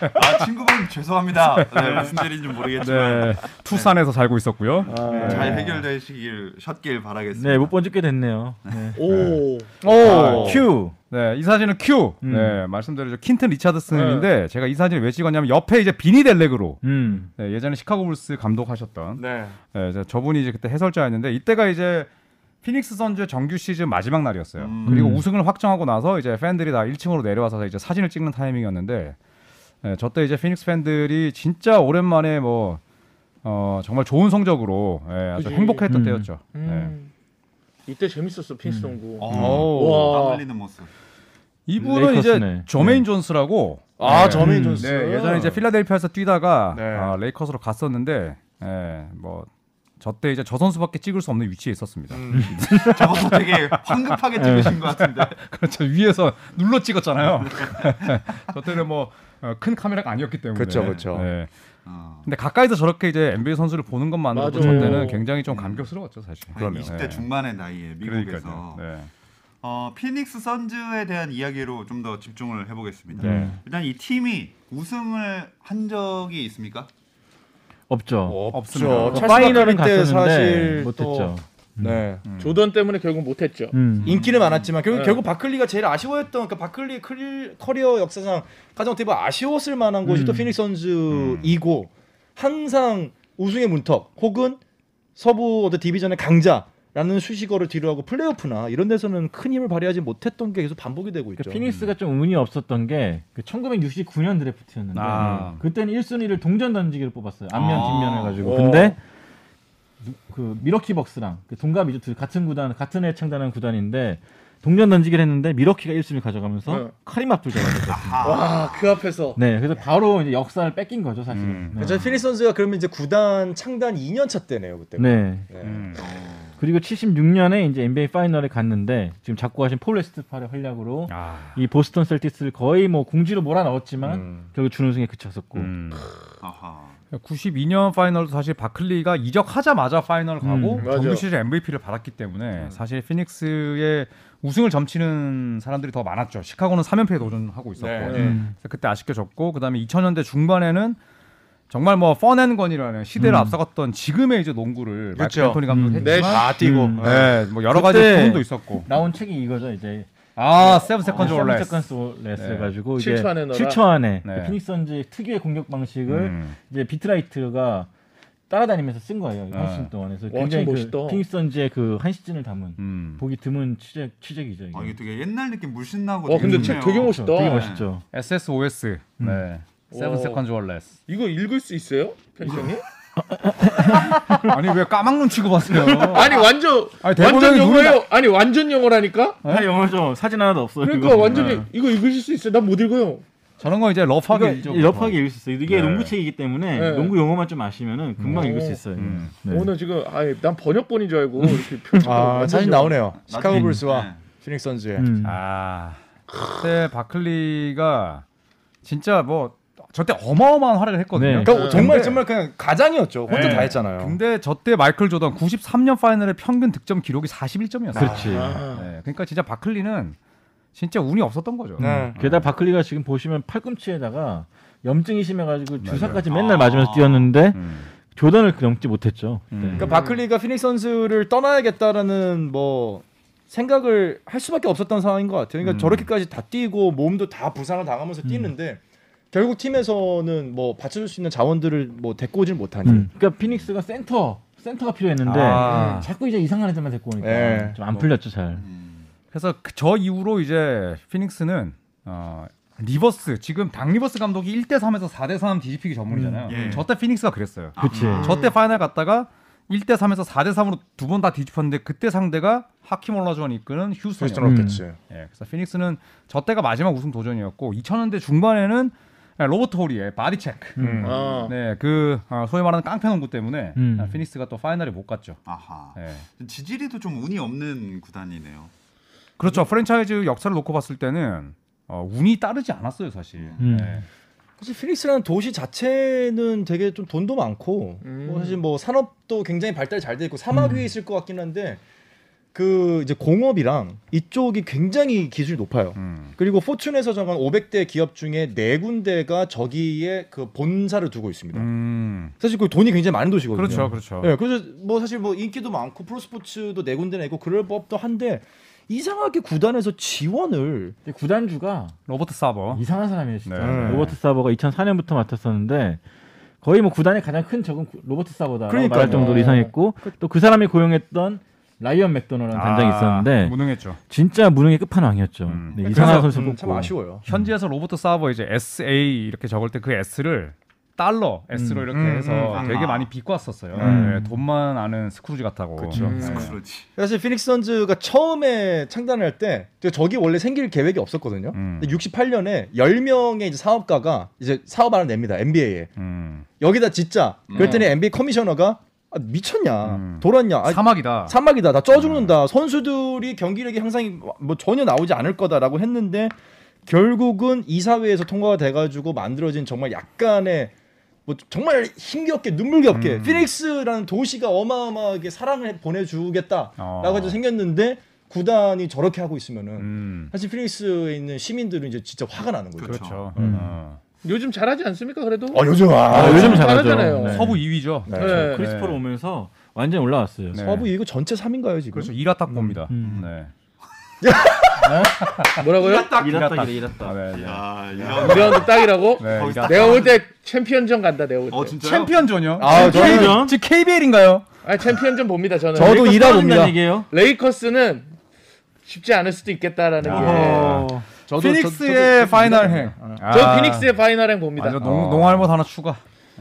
A: 아, 친구분 죄송합니다. 네, 무슨 일인지 모르겠지만
E: 네, 투싼에서 살고 있었고요.
A: 네. 잘 해결되시길 셨길 바라겠습니다.
C: 뭐-
F: 네, 못 본 적게 됐네요. 네.
C: 오.
B: 오.
F: Q.
E: 네, 이 사진은 Q.
F: 음.
E: 네, 말씀드렸죠. 킨튼 리차드슨인데 제가 이 사진을 왜 찍었냐면 옆에 이제 비니 델렉으로
F: 음.
E: 네, 예전에 시카고 불스 감독하셨던
D: 네.
E: 네, 이제 저분이 이제 그때 해설자였는데 이때가 이제 피닉스 선즈 정규 시즌 마지막 날이었어요.
A: 음.
E: 그리고
F: 음.
E: 우승을 확정하고 나서 이제 팬들이 다 1층으로 내려와서 이제 사진을 찍는 타이밍이었는데 네, 저때 이제 피닉스 팬들이 진짜 오랜만에 뭐 어, 정말 좋은 성적으로 예, 아주
C: 그지.
E: 행복했던
F: 음.
E: 때였죠. 네.
C: 음. 이때 재밌었어 피닉스
E: 음.
C: 농구.
A: 어,
C: 음. 와.
A: 땀 흘리는 모습.
E: 이분은
F: 레이커스네.
E: 이제 저메인 존스라고
C: 아
E: 네.
C: 저메인
F: 음,
C: 존스.
E: 네, 예전에 이제 필라델피아에서 뛰다가
D: 네.
E: 아, 레이커스로 갔었는데 예, 뭐 저때 이제 저 선수밖에 찍을 수 없는 위치에 있었습니다.
A: 저것도 되게
C: 네.
A: 황급하게 찍으신 것 같은데.
E: 그렇죠. 위에서 눌러 찍었잖아요. 저때는 뭐 큰 카메라가 아니었기 때문에.
G: 그쵸,
B: 네.
G: 그쵸.
E: 예.
A: 어,
E: 근데 가까이서 저렇게 이제 NBA 선수를 보는 것만으로도
C: 맞아요.
E: 저때는 굉장히 좀 감격스러웠죠, 사실. 네.
A: 한 20대 중반의 나이에 미국에서
E: 그러니까요. 네.
A: 어, 피닉스 선즈에 대한 이야기로 좀 더 집중을 해보겠습니다.
F: 네.
A: 일단 이 팀이 우승을 한 적이 있습니까?
F: 없죠.
G: 없죠.
E: 없습니다.
G: 찰스
F: 파이널은
G: 바클리 때
F: 갔었는데
G: 사실
F: 못했죠.
G: 또- 네.
E: 아.
C: 조던 때문에 결국 못했죠.
F: 음.
B: 인기는 많았지만 결국
C: 네.
B: 결국 바클리가 제일 아쉬워했던 그러니까 바클리 커리- 커리어 역사상 가장 어떻게 보면 아쉬웠을 만한
C: 음.
B: 곳이 또 피닉스 선즈이고 항상 우승의 문턱 혹은 서부 어떤 디비전의 강자라는 수식어를 뒤로하고 플레이오프나 이런 데서는 큰 힘을 발휘하지 못했던 게 계속 반복이 되고 있죠.
F: 그 피닉스가 좀 운이 없었던 게 1969년 드래프트였는데
E: 아.
F: 그때는 1순위를 동전 던지기로 뽑았어요. 앞면
A: 아.
F: 뒷면 해가지고 근데 그 미러키 벅스랑 그 동갑이죠. 둘 같은 구단 같은 해 창단한 구단인데 동전 던지기를 했는데 미러키가 1순위 가져가면서
C: 네.
F: 카림 압둘 잡아줬어요.
C: 와 그 앞에서.
F: 네, 그래서 바로 이제 역사를 뺏긴 거죠 사실.
E: 음.
F: 은
B: 음.
F: 네.
B: 그래서 피닉스 선즈가 그러면 이제 구단 창단 2년 차 때네요 예. 그때.
F: 네.
E: 음.
F: 그리고 76년에 이제 NBA 파이널에 갔는데 지금 자꾸 하신 폴 레스트팔의 활약으로
E: 아.
F: 이 보스턴 셀틱스를 거의 뭐 공지로 몰아넣었지만
C: 음.
F: 결국 준우승에 그쳤었고
E: 음.
A: 아하.
E: 92년 파이널도 사실 바클리가 이적하자마자 파이널 가고
F: 음,
C: 맞아요.
E: 정규 시즌 MVP를 받았기 때문에 사실 피닉스의 우승을 점치는 사람들이 더 많았죠. 시카고는 3연패에 도전하고 있었고
D: 네.
F: 음.
E: 그래서 그때 아쉽게 졌고 그다음에 2000년대 중반에는 정말 뭐 펀앤건이라는 시대를
F: 음.
E: 앞서갔던 지금의 이제 농구를 마크
G: 그쵸.
E: 앤토니 감독이
F: 음.
C: 네.
E: 했지만
G: 다
B: 아,
G: 뛰고.
F: 음.
G: 네.
E: 네, 뭐 여러 가지
F: 그때
E: 부분도 있었고
F: 나온 책이 이거죠 이제
E: 아 세븐 세컨즈 올레스
F: 세컨즈 올레스
E: 네.
F: 해가지고
C: 칠초 안에 넣어라.
F: 7초 안에
E: 네.
F: 그 피닉스 선즈 특유의 공격 방식을
E: 음.
F: 이제 비트라이트가 따라다니면서 쓴 거예요
E: 아.
F: 한 시즌 동안 그래서
C: 와,
F: 굉장히
C: 참
F: 그
C: 멋있다.
F: 피닉스 선즈의 그 한 시즌을 담은
E: 음.
F: 보기 드문 취재 취재기죠 이게.
A: 아, 이게 되게 옛날 느낌 물씬 나고.
C: 와
A: 좋네요.
C: 근데 책 되게
F: 그렇죠.
C: 멋있다.
F: 되게 멋있죠.
E: SSOS 네 세븐
C: 오.
E: 세컨즈 올레스
C: 이거 읽을 수 있어요, 펜션이?
E: 음. 아니 왜 까막눈 취급하세요?
C: 아니 완전
E: 아니, 대본에
C: 완전
E: 눈이
C: 영어예요. 아니 완전 영어라니까.
F: 아, 영어죠. 사진 하나도 없어요.
C: 그러니까
E: 음.
F: 이거. 네.
C: 완전히
E: 네.
C: 이거 읽으실 수 있어요. 난 못 읽어요.
E: 저런 건 이제 러프하게
F: 이거
E: 읽죠.
F: 러프하게 읽을 수 있어요. 이게
E: 네.
F: 농구책이기 때문에
C: 네.
F: 농구 용어만 좀 아시면은 금방
C: 음.
F: 읽을 수 있어요. 이거.
E: 음.
F: 네.
C: 오늘 지금 아예 난 번역본인 줄 알고 이렇게 표현.
G: 아, 사진
C: 음.
G: 나오네요. 시카고
A: 나중에-
G: 불스와
A: 네.
G: 피닉스 선즈의
F: 음.
E: 아 그때 바클리가 진짜 뭐 저때 어마어마한 활약을 했거든요.
F: 네.
B: 그러니까
C: 네.
B: 정말 정말 그냥 가장이었죠. 혼자 다 했잖아요.
E: 근데 저때 마이클 조던 93년 파이널의 평균 득점 기록이 41점이었어요.
F: 그렇지.
C: 아.
E: 네, 그러니까 진짜 바클리는 진짜 운이 없었던 거죠.
G: 네.
F: 게다가 바클리가 지금 보시면 팔꿈치에다가 염증이 심해가지고 주사까지 맨날
A: 아.
F: 맞으면서 뛰었는데
E: 음.
F: 조던을 그 넘지 못했죠.
E: 음.
F: 네.
B: 그러니까 바클리가 피닉스 선수를 떠나야겠다라는 뭐 생각을 할 수밖에 없었던 상황인 것 같아요. 그러니까
E: 음.
B: 저렇게까지 다 뛰고 몸도 다 부상을 당하면서
F: 음.
B: 뛰는데 결국 팀에서는 뭐 받쳐줄 수 있는 자원들을 뭐 데리고 오질 못하니.
F: 음. 그러니까 피닉스가 센터 센터가 필요했는데
E: 아.
F: 자꾸 이제 이상한 애들만 데리고 오니까
G: 예.
F: 좀 안 풀렸죠 잘.
A: 음.
E: 그래서 그- 저 이후로 이제 피닉스는 어, 리버스 지금 당 리버스 감독이 1대 3에서 4대 3 뒤집히기 전문이잖아요.
A: 음, 예.
E: 저때 피닉스가 그랬어요.
F: 그치.
A: 아.
E: 저때 파이널 갔다가 1대 3에서 4대 3으로 두 번 다 뒤집혔는데 그때 상대가 하킴 올라주원 이끄는
G: 휴스턴
E: 휴스턴이었어요.
F: 음.
G: 로켓츠.
E: 예, 그래서 피닉스는 저때가 마지막 우승 도전이었고 2000년대 중반에는 로버트 호리의 바디 체크.
C: 아.
E: 네, 그 어, 소위 말하는 깡패 농구 때문에
F: 음.
E: 아, 피닉스가 또 파이널에 못 갔죠.
A: 아하.
E: 예.
A: 지지리도 좀 운이 없는 구단이네요.
E: 그렇죠. 프랜차이즈 역사를 놓고 봤을 때는 어, 운이 따르지 않았어요, 사실.
F: 음.
E: 예.
B: 사실 피닉스라는 도시 자체는 되게 좀 돈도 많고
C: 음.
F: 음.
B: 뭐 사실 뭐 산업도 굉장히 발달이 잘 돼 있고 사막 위에 있을 것 같긴 한데 그 이제 공업이랑 이쪽이 굉장히 기술이 높아요.
E: 음.
B: 그리고 포춘에서 정한 500대 기업 중에 네 군데가 저기에 그 본사를 두고 있습니다.
E: 음.
B: 사실 그 돈이 굉장히 많은 도시거든요.
E: 그렇죠, 그렇죠.
B: 예, 그래서 뭐 사실 뭐 인기도 많고 프로스포츠도 네 군데나 있고 그럴 법도 한데 이상하게 구단에서 지원을
F: 근데 구단주가
E: 로버트 사버.
F: 이상한 사람이에요 진짜.
E: 네.
F: 로버트 사버가 2004년부터 맡았었는데 거의 뭐 구단의 가장 큰 적은 구- 로버트 사버다.
B: 그러니까요.
F: 말할 정도로 이상했고 또 그 사람이 고용했던 라이언 맥도널라는 단장이 있었는데
E: 무능했죠.
F: 진짜 무능의 끝판왕이었죠.
E: 아. 음.
F: 네, 이상한
B: 그래서
F: 선수
B: 음,
F: 뽑고.
B: 참 아쉬워요.
E: 현지에서 로버트 사버 이제 SA 이렇게 적을 때 그 S를 달러 S로 이렇게 해서
A: 음, 음.
E: 되게
A: 아.
E: 많이 비꼬았었어요.
F: 음.
E: 예, 돈만 아는 스크루지 같다고. 네.
C: 음.
A: 그렇지.
B: 사실 피닉스 선즈가 처음에 창단할 때그 저기 원래 생길 계획이 없었거든요.
E: 음.
B: 근데 68년에 10명의 이제 사업가가 이제 사업 하나 냅니다. NBA에.
E: 음.
B: 여기다 진짜. 그랬더니 NBA 커미셔너가 아, 미쳤냐.
E: 음.
B: 돌았냐. 아,
E: 사막이다.
B: 사막이다. 나 쪄 죽는다.
E: 음.
B: 선수들이 경기력이 항상 뭐 전혀 나오지 않을 거다라고 했는데 결국은 이사회에서 통과가 돼가지고 만들어진 정말 약간의 뭐 정말 힘겹게 눈물겹게
E: 음.
B: 피닉스라는 도시가 어마어마하게 사랑을 보내주겠다라고
E: 어.
B: 해서 생겼는데 구단이 저렇게 하고 있으면은
E: 음.
B: 사실 피닉스에 있는 시민들은 이제 진짜 화가 나는 거죠.
E: 그렇죠.
F: 음.
E: 어.
C: 요즘 잘하지 않습니까? 그래도
B: 아 요즘 아,
F: 아, 요즘 잘하죠.
C: 잘하잖아요.
F: 네.
E: 서부 2위죠.
B: 네.
C: 네.
F: 크리스퍼로 오면서 완전 올라왔어요.
E: 네.
B: 서부 이거 전체 3인가요 지금?
E: 그렇죠. 이라탁고입니다.
F: 음.
E: 네.
C: 뭐라고요?
F: 이랬다 이랬다.
E: 아, 네, 네.
A: 야,
C: 이라운드 딱이라고?
E: 네,
A: 거기서
E: 이라탁.
C: 내가 볼 때 챔피언전 간다 내가 볼 때.
A: 어 진짜요?
E: 챔피언전이요?
B: 아 저는
F: 전
E: 지금 KBL인가요?
C: 아 챔피언전 봅니다 저는.
B: 저도
C: 레이커스-
B: 일하고 옵니다.
F: 얘기예요.
C: 레이커스는 쉽지 않을 수도 있겠다라는
E: 아.
C: 게.
F: 어,
B: 저도
E: 네.
B: 네.
E: 피닉스의 파이널 행.
C: 저
E: 아,
C: 피닉스의 파이널행 봅니다.
E: 완전 농, 농알못 하나 추가.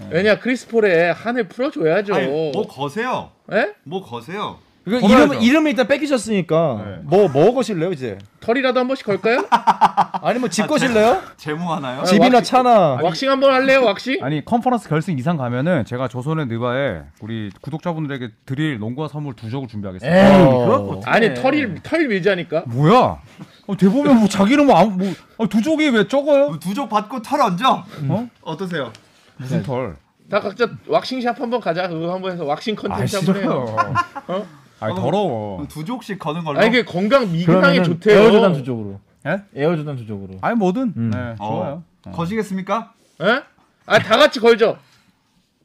C: 왜냐 크리스폴에 한을 풀어줘야죠.
A: 아니, 뭐 거세요?
C: 예?
A: 뭐 거세요?
B: 그
E: 고려하죠.
B: 이름 이름을 일단 뺏기셨으니까
E: 네.
B: 뭐 먹으실래요 이제?
C: 털이라도 한 번씩 걸까요?
B: 아니 뭐 집 거실래요?
A: 제모 하나요?
C: 집-
B: 집이나
C: 왁싱-
B: 차나
C: 왁싱 한 번 할래요 왁싱?
E: 아니 컨퍼런스 결승 이상 가면은 제가 조선의 느바에 우리 구독자분들에게 드릴 농구화 선물 두 적을 준비하겠습니다.
B: 어.
F: 그거
C: 아니 털이 털 밀자니까.
E: 뭐야? 어, 대보면 뭐 자기는 뭐, 아무- 뭐 어, 두족이 왜 적어요?
A: 두족 받고 털 얹어.
C: 음.
E: 어?
A: 어떠세요?
C: 네.
E: 무슨 털?
C: 다 각자 왁싱샵 한 번 가자 그거 한 번 해서 왁싱 컨텐츠 한번 해요. 아, 어?
E: 아니 더러워.
A: 그럼 두족씩 거는 걸로.
C: 아니 이게 건강 미근하게
F: 그러면
C: 좋대요.
F: 에어조단 두 쪽으로.
E: 예?
F: 에어조단 두 쪽으로.
E: 아니 뭐든.
F: 음.
E: 네,
A: 어.
E: 좋아요.
A: 거시겠습니까?
C: 예? 아다 같이 걸죠.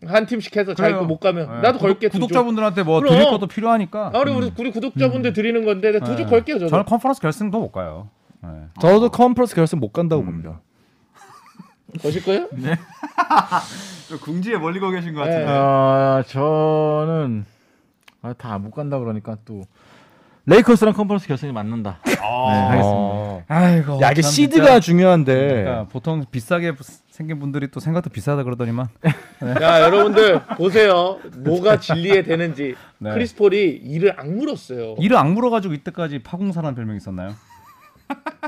C: 한 팀씩 해서 자기
E: 그래요.
C: 거 못 가면
E: 네.
C: 나도 걸게 두 쪽.
E: 구독자분들한테 뭐
C: 그럼.
E: 드릴 것도 필요하니까.
C: 아 우리 우리 우리 구독자분들 드리는 건데 내가 두줄
E: 네.
C: 걸게요 저도.
E: 저는 컨퍼런스 결승도 못 가요. 네.
B: 저도 컴플러스 결승 못 간다고 봅니다.
C: 거실 거예요?
A: 저 궁지에 멀리고 계신 것
C: 네.
A: 같은데.
F: 아 저는 아, 다 못 간다 그러니까 또 레이커스랑 컨퍼런스 결승이 맞는다.
A: 아.
B: 네. 알겠습니다.
E: 아이고.
B: 어. 야 이게
E: 어, 참
B: 시드가
E: 진짜.
B: 중요한데
C: 네.
E: 그러니까 보통 비싸게 생긴 분들이 또 생각도 비싸다 그러더니만. 네.
C: 야 여러분들 보세요 뭐가 진리에 되는지
E: 네.
C: 크리스폴이 이를 악물었어요
E: 이를 악물어 가지고 이때까지 파공사라는 별명이 있었나요?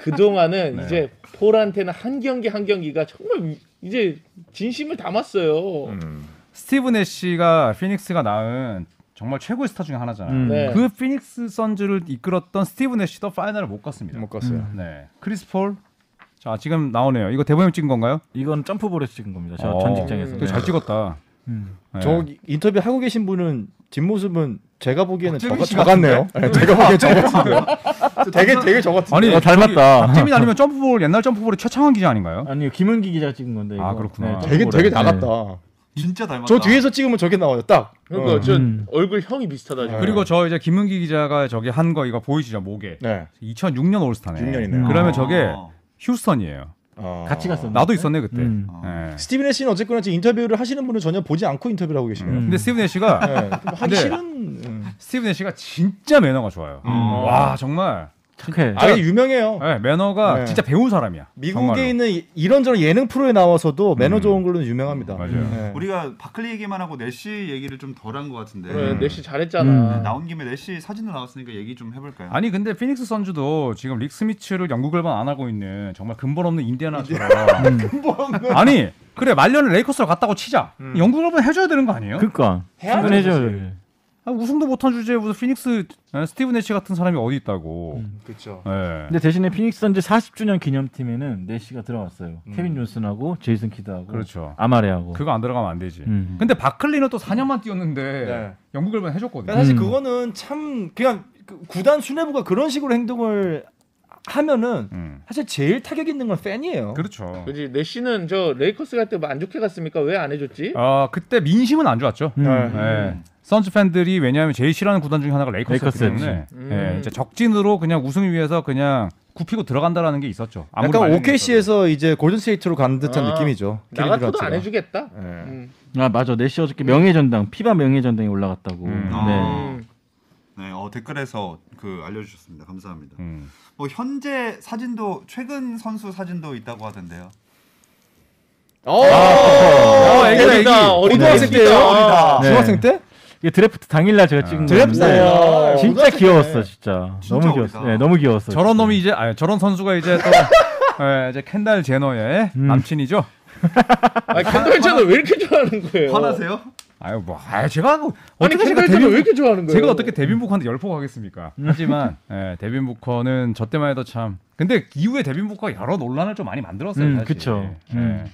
C: 그동안은
E: 네.
C: 이제 폴한테는 한 경기 한 경기가 정말 위- 이제 진심을 담았어요
E: 음. 스티브 내시가 피닉스가 낳은 정말 최고의 스타 중에 하나잖아요.
F: 음.
C: 네.
E: 그 피닉스 선즈를 이끌었던 스티브 내시도 파이널을 못 갔습니다.
G: 못 갔어요.
E: 네. 크리스 폴. 자, 지금 나오네요. 이거 대본에 찍은 건가요?
F: 이건 점프볼에 찍은 겁니다.
E: 어.
F: 저전 직장에서. 네.
E: 되게 잘 찍었다.
F: 음.
E: 네.
B: 저 인터뷰 하고 계신 분은 뒷모습은 제가 보기에는 저,
A: 박재민
B: 같-
A: 씨
B: 저 같네요. 네, 제가 보기엔 저 같은데요. 아, 되게 되게 저 같은데.
E: 아니,
F: 어, 닮았다.
E: 박재민 아니면 점프볼 옛날 점프볼의 최창원 기자 아닌가요?
F: 아니요 김은기 기자가 찍은 건데.
E: 아,
F: 이거.
E: 그렇구나.
B: 되게
F: 점프볼에.
B: 되게 나갔다.
F: 네.
A: 진짜 닮았다.
B: 저 뒤에서 찍으면 저게 나와요. 딱.
C: 그러니까
B: 어.
C: 저
F: 음.
C: 얼굴 형이 비슷하다 지금
E: 그리고 저 이제 김은기 기자가 저기 한 거 이거 보이시죠? 목에.
B: 네.
E: 2006년 올스타네.
B: 6년 이네요.
E: 그러면
A: 아.
E: 저게 휴스턴이에요.
B: 어.
F: 같이 갔었나?
E: 나도 있었네 그때.
F: 음.
A: 어.
E: 네.
B: 스티븐 해시는 어쨌거나 지금 인터뷰를 하시는 분은 전혀 보지 않고 인터뷰를 하고 계시네요.
E: 근데 스티브 내시가
B: 네, 뭐 하기
E: 음. 근데-
B: 싫은. 음.
E: 스티브 내시가 진짜 매너가 좋아요. 와 정말
F: 착해.
B: 아예 유명해요.
E: 네, 매너가
B: 네.
E: 진짜 배운 사람이야.
B: 미국에
E: 정말로. 음.
B: 있는 이- 이런저런 예능 프로에 나와서도 매너 좋은 걸로는 유명합니다.
E: 맞아요. 음.
B: 네.
A: 우리가 바클리 얘기만 하고 넬시 얘기를 좀 덜 한 것 같은데.
E: 네.
C: 그래,
B: 네.
E: 음.
C: 내시 잘했잖아
A: 네, 나온 김에 넬시 사진도 나왔으니까 얘기 좀 해볼까요?
E: 아니 근데 피닉스 선주도 지금 릭 스미츠를 영구 결반 안 하고 있는 정말 근본 없는 인디애나처럼
B: 음.
E: 아니 그래 말년에 레이커스로 갔다고 치자
B: 음.
E: 영구 결반 해줘야 되는 거 아니에요?
F: 그니까. 그러니까 네. 해야죠.
E: 아, 우승도 못한 주제에 무슨 피닉스 에, 스티브 내시 같은 사람이 어디 있다고?
B: 음.
D: 그렇죠.
E: 예.
F: 근데 대신에 피닉스 선즈 40주년 기념팀에는 내시가 들어갔어요. 케빈 존슨하고 제이슨 키드하고
E: 그렇죠.
F: 아마레하고.
B: 뭐.
E: 그거 안 들어가면 안 되지.
F: 음.
E: 근데 바클리는 또 4년만 뛰었는데 영구 결반 해줬거든.
B: 네. 그러니까 사실
F: 음.
B: 그거는 참 그냥 그 구단 수뇌부가 그런 식으로 행동을 하면은
E: 음.
B: 사실 제일 타격 있는 건 팬이에요.
E: 그렇죠.
C: 그지 내시는 저 레이커스 갈 때뭐 안 좋게 갔습니까? 왜 안 해줬지?
E: 아 그때 민심은 안 좋았죠.
F: 음.
E: 예. 선수 팬들이 왜냐하면 제일 싫어하는 구단 중에 하나가 레이커스였기
F: 레이커스였지.
E: 때문에
C: 음.
E: 예, 이제 적진으로 그냥 우승을 위해서 그냥 굽히고 들어간다라는 게 있었죠. 아무리
B: 약간
E: 말리는 게
B: OKC에서 이제 골든 스테이트로 간 듯한
C: 아,
B: 느낌이죠. 케빈
C: 나
E: 그렇죠.
C: 같아도 안
B: 듀란트가.
C: 해주겠다.
B: 예.
E: 네.
C: 음.
F: 아 맞아 내시 어저께 명예전당 피바 명예전당에 올라갔다고.
E: 음.
C: 아.
F: 네.
A: 어, 네, 어, 댓글에서 그 알려주셨습니다. 감사합니다.
E: 있었죠. 음.
A: 뭐 현재 사진도 최근 선수 사진도 있다고 하던데요.
C: 어,
E: 애기다, 애기.
C: 애기다 어리다
B: 고등학생
C: 애기다.
B: 때예요?
C: 어리다.
F: 네.
B: 중학생 때?
F: 이게 드래프트 당일날 제가
E: 음.
F: 찍은 거.
B: 드래프트 당일.
C: 아,
F: 진짜
C: 고등학생
F: 귀여웠어 진짜.
A: 진짜
F: 너무
A: 어리다.
F: 귀여웠어. 네, 너무 귀여웠어.
E: 저런 놈이 이제 아니, 저런 선수가 이제 또 예, 이제 kendall j e n n e 의
F: 음.
E: 남친이죠.
C: 아, 캔들 채널 왜 이렇게 좋아하는 거예요?
A: 화나세요?
E: 아유 뭐 아유, 제가 뭐
C: 아니
E: 어떻게 제가
C: 캔들 채널
E: 데뷔
C: 왜 이렇게 좋아하는 거예요?
E: 제가 어떻게 데빈 부커한테 열폭하겠습니까? 하지만 예, 데빈 부커는 저 때만 해도 참 근데 이후에 데빈 부커가 여러 논란을 좀 많이 만들었어요.
F: 음,
E: 사실.
F: 그쵸.
E: 예.
F: 음.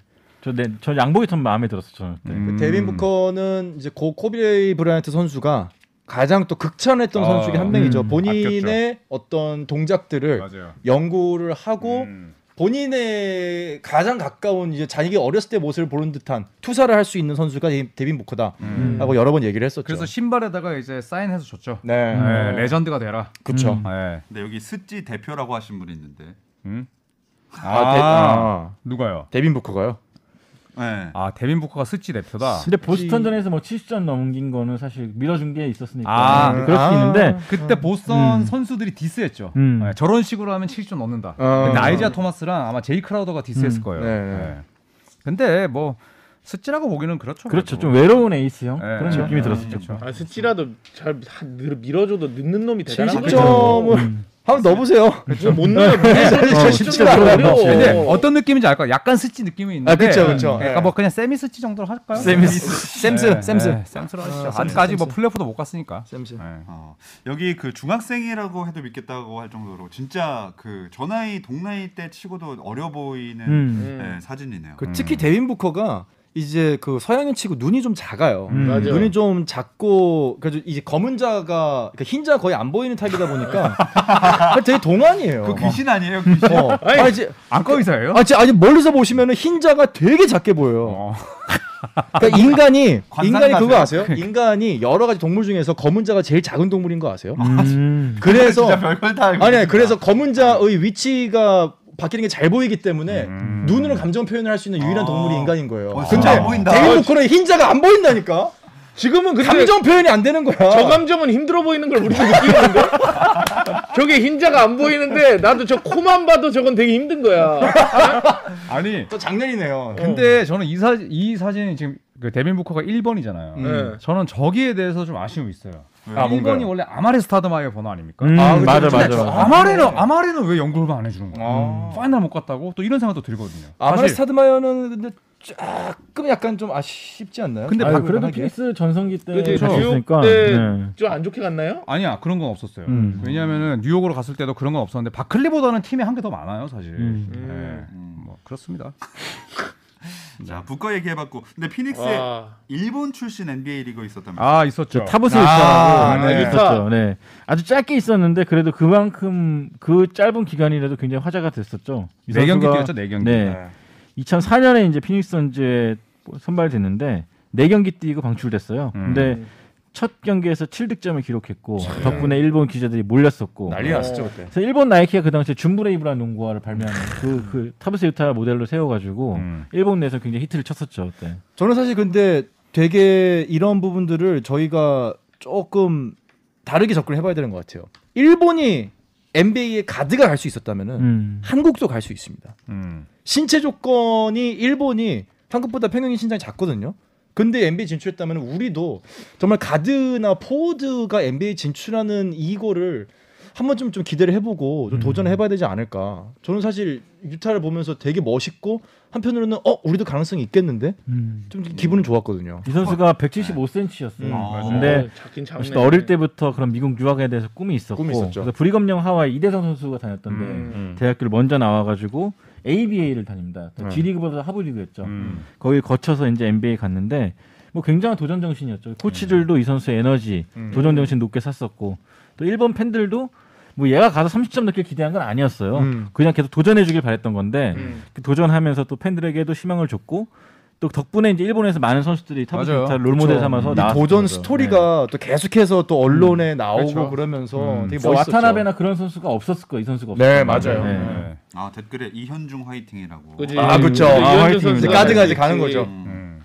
F: 저내저 양복이 참 마음에 들었어 저는. 그때.
C: 네,
E: 음.
B: 데빈 부커는 이제 고 코비 브라이언트 선수가 가장 또 극찬했던
E: 아,
B: 선수 중에 한 명이죠.
F: 음,
B: 본인의 어떤 동작들을
E: 맞아요.
B: 연구를 하고
E: 음.
B: 본인의 가장 가까운 이제 자기가 어렸을 때 모습을 보는 듯한 투사를 할 수 있는 선수가 데- 데빈 부커다라고
E: 음.
B: 여러 번 얘기를 했었죠.
E: 그래서 신발에다가 이제 사인해서 줬죠.
B: 네,
E: 예, 레전드가 되라.
B: 그쵸.
F: 음.
E: 예.
A: 근데 네, 여기 스찌 대표라고 하신 분이 있는데.
E: 음?
B: 아, 데, 아,
E: 누가요?
B: 데빈 부커가요.
A: 네.
E: 아 데빈 부커가 스치 대표다.
F: 근데 보스턴전에서 뭐 70점 넘긴 거는 사실 밀어준 게 있었으니까 음,
E: 아.
F: 그럴 수
B: 아.
F: 있는데
E: 그때 보스턴
F: 음.
E: 선수들이 디스했죠.
F: 음.
E: 예, 저런 식으로 하면 70점 넣는다.
B: 어.
E: 근데 아이지아 토마스랑 아마 제이 크라우더가 디스했을 거예요.
B: 네, 네.
E: 예. 근데 뭐 스치라고 보기는 그렇죠.
F: 그렇죠
E: 그래도.
F: 좀 외로운 에이스형
E: 예,
F: 그런
E: 예,
F: 느낌이
E: 예,
F: 들었었죠.
E: 그렇죠.
C: 아 스치라도 잘 하- 늘- 밀어줘도 늦는 놈이 대단한 네,
B: 70점을
E: 음.
B: 한번 넣어보세요.
C: 못 넣어.
E: 네.
B: 어, 쉽지가 않아요.
E: 근데
C: 어려워.
E: 어떤 느낌인지 알까? 약간 스치 느낌이 있는데.
B: 아, 그쵸, 그쵸.
E: 예,
B: 예.
E: 약간 뭐 그냥 세미 스치 정도로 할까요? 네.
B: 샘슨, 샘슨,
E: 로 하시죠. 아직까지 뭐 플레이오프도 못 갔으니까.
B: 샘슨.
E: 예.
A: 어, 여기 그 중학생이라고 해도 믿겠다고 할 정도로 진짜 그 전나이 동나이 때 치고도 어려 보이는
F: 음.
A: 네,
C: 음.
A: 사진이네요.
B: 그 특히 데빈 부커가 이제 그 서양인 치고 눈이 좀 작아요.
C: 맞아요.
B: 눈이 좀 작고 그래서 이제 검은 자가 그러니까 흰자 거의 안 보이는 타입이다 보니까 되게 동안이에요.
A: 그 귀신 아니에요? 귀신?
B: 어. 아니, 이제
E: 안과 의사예요?
B: 아, 진짜 아니 멀리서 보시면은 흰자가 되게 작게 보여요.
E: 어.
B: 그러니까 인간이
A: 관상
B: 인간이 그거
A: 가세요?
B: 아세요? 인간이 여러 가지 동물 중에서 검은자가 제일 작은 동물인 거 아세요?
F: 음.
B: 그래서
A: 진짜 별걸 다 알고
B: 아니
A: 있습니다.
B: 그래서 검은자의 위치가 바뀌는 게 잘 보이기 때문에 눈으로 감정 표현을 할 수 있는 유일한
A: 아.
B: 동물이 인간인 거예요.
A: 어, 진짜
B: 근데
A: 안 보인다.
B: 데인 부코는 흰자가 안 보인다니까.
C: 지금은 근데
B: 감정 표현이 안 되는 거야.
C: 저 감정은 힘들어 보이는 걸 우리도 느끼는데 저게 흰자가 안 보이는데 나도 저 코만 봐도 저건 되게 힘든 거야.
E: 아니.
B: 또 장난이네요.
F: 어.
E: 근데 저는 이, 사, 이 사진이 지금 그 데빈 부커가 1번이잖아요.
F: 음.
C: 네.
E: 저는 저기에 대해서 좀 아쉬움이 있어요.
A: 아,
E: 1번이 원래 아마레 스타드마이어 번호 아닙니까?
F: 음,
B: 아, 그쵸,
F: 맞아
B: 그쵸.
F: 맞아.
E: 아마레는 아마레는 왜 연구를 안 해주는 거야? 음. 파이널 못 갔다고 또 이런 생각도 들거든요.
B: 아마리
E: 사실
B: 스타드마이어는 근데 조금 약간 좀 아쉽지 않나요?
E: 근데
F: 아유,
E: 박-
F: 그래도
B: 하게.
F: 피닉스 전성기 때
C: 그치,
F: 있으니까.
C: 뉴욕 때
F: 네.
C: 좀 안 좋게 갔나요?
E: 아니야 그런 건 없었어요.
F: 음.
E: 왜냐하면 뉴욕으로 갔을 때도 그런 건 없었는데 바클리보다는 팀이 한 게 더 많아요 사실.
F: 음.
E: 예. 뭐 그렇습니다.
A: 자 북거 얘기해봤고 근데 피닉스에
C: 와.
A: 일본 출신 NBA 리그 있었다면
E: 아 있었죠.
F: 타부스
A: 아,
F: 유타라고
A: 네.
F: 있었죠. 네. 아주 짧게 있었는데 그래도 그만큼 그 짧은 기간이라도 굉장히 화제가 됐었죠. 이
E: 네 경기
F: 선수가-
E: 뛰었죠 네 경기.
F: 네. 2004년에 이제 피닉스 선즈에 선발됐는데 네 경기 뛰고 방출됐어요.
E: 음.
F: 근데 첫 경기에서 7득점을 기록했고 덕분에 일본 기자들이 몰렸었고
G: 난리 났었죠 그때.
F: 그래서 일본 나이키가 그 당시에 줌브레이브라는 농구화를 발매하는 그, 그 타브스 유타 모델로 세워가지고
E: 음.
F: 일본 내에서 굉장히 히트를 쳤었죠 그때.
B: 저는 사실 근데 되게 이런 부분들을 저희가 조금 다르게 접근을 해봐야 되는 것 같아요. 일본이 NBA에 가드가 갈 수 있었다면은
F: 음.
B: 한국도 갈 수 있습니다.
E: 음.
B: 신체 조건이 일본이 한국보다 평균 신장이 작거든요. 근데 NBA 진출했다면 우리도 정말 가드나 포워드가 NBA 진출하는 이거를 한 번쯤 좀 기대를 해보고
F: 음.
B: 좀 도전을 해봐야 되지 않을까. 저는 사실 유타를 보면서 되게 멋있고 한편으로는 어 우리도 가능성이 있겠는데
F: 음.
B: 좀 기분은 좋았거든요.
F: 이 선수가 175cm였어요.
B: 음.
A: 아,
F: 근데
C: 어, 작긴 작네.
F: 어쨌든 어릴 때부터 그런 미국 유학에 대해서 꿈이 있었고
B: 꿈이 있었죠.
F: 그래서 불이검령 하와이 이대성 선수가 다녔던데
E: 음.
F: 대학교를 먼저 나와가지고
B: 네.
F: ABA를 다닙니다. G리그보다 하부리그였죠.
E: 음.
F: 거기 거쳐서 이제 NBA 갔는데 뭐 굉장한 도전 정신이었죠.
B: 음.
F: 코치들도 이 선수의 에너지, 도전 정신 높게 샀었고 또 일본 팬들도 뭐 얘가 가서 30점 넣길 기대한 건 아니었어요.
B: 음.
F: 그냥 계속 도전해 주길 바랬던 건데 그 도전하면서 또 팬들에게도 희망을 줬고 또 덕분에 이제 일본에서 많은 선수들이
E: 맞아요.
F: 타부타 롤모델 삼아서
B: 이
F: 나왔던
B: 도전
F: 거죠.
B: 스토리가 또 계속해서 또
F: 음.
B: 언론에 나오고
E: 그렇죠.
B: 그러면서 되게
F: 그래서
B: 멋있었죠.
F: 음. 와타나베나 그런 선수가 없었을 거예요. 이 선수가 없었을
B: 네
F: 거예요.
B: 맞아요.
F: 네.
E: 네.
A: 아 댓글에 이현중 화이팅이라고.
C: 그지?
B: 아 그렇죠.
C: 이현준
B: 아,
C: 선수가
B: 이제 까드까지 가는
C: 그지.
B: 거죠.
E: 음.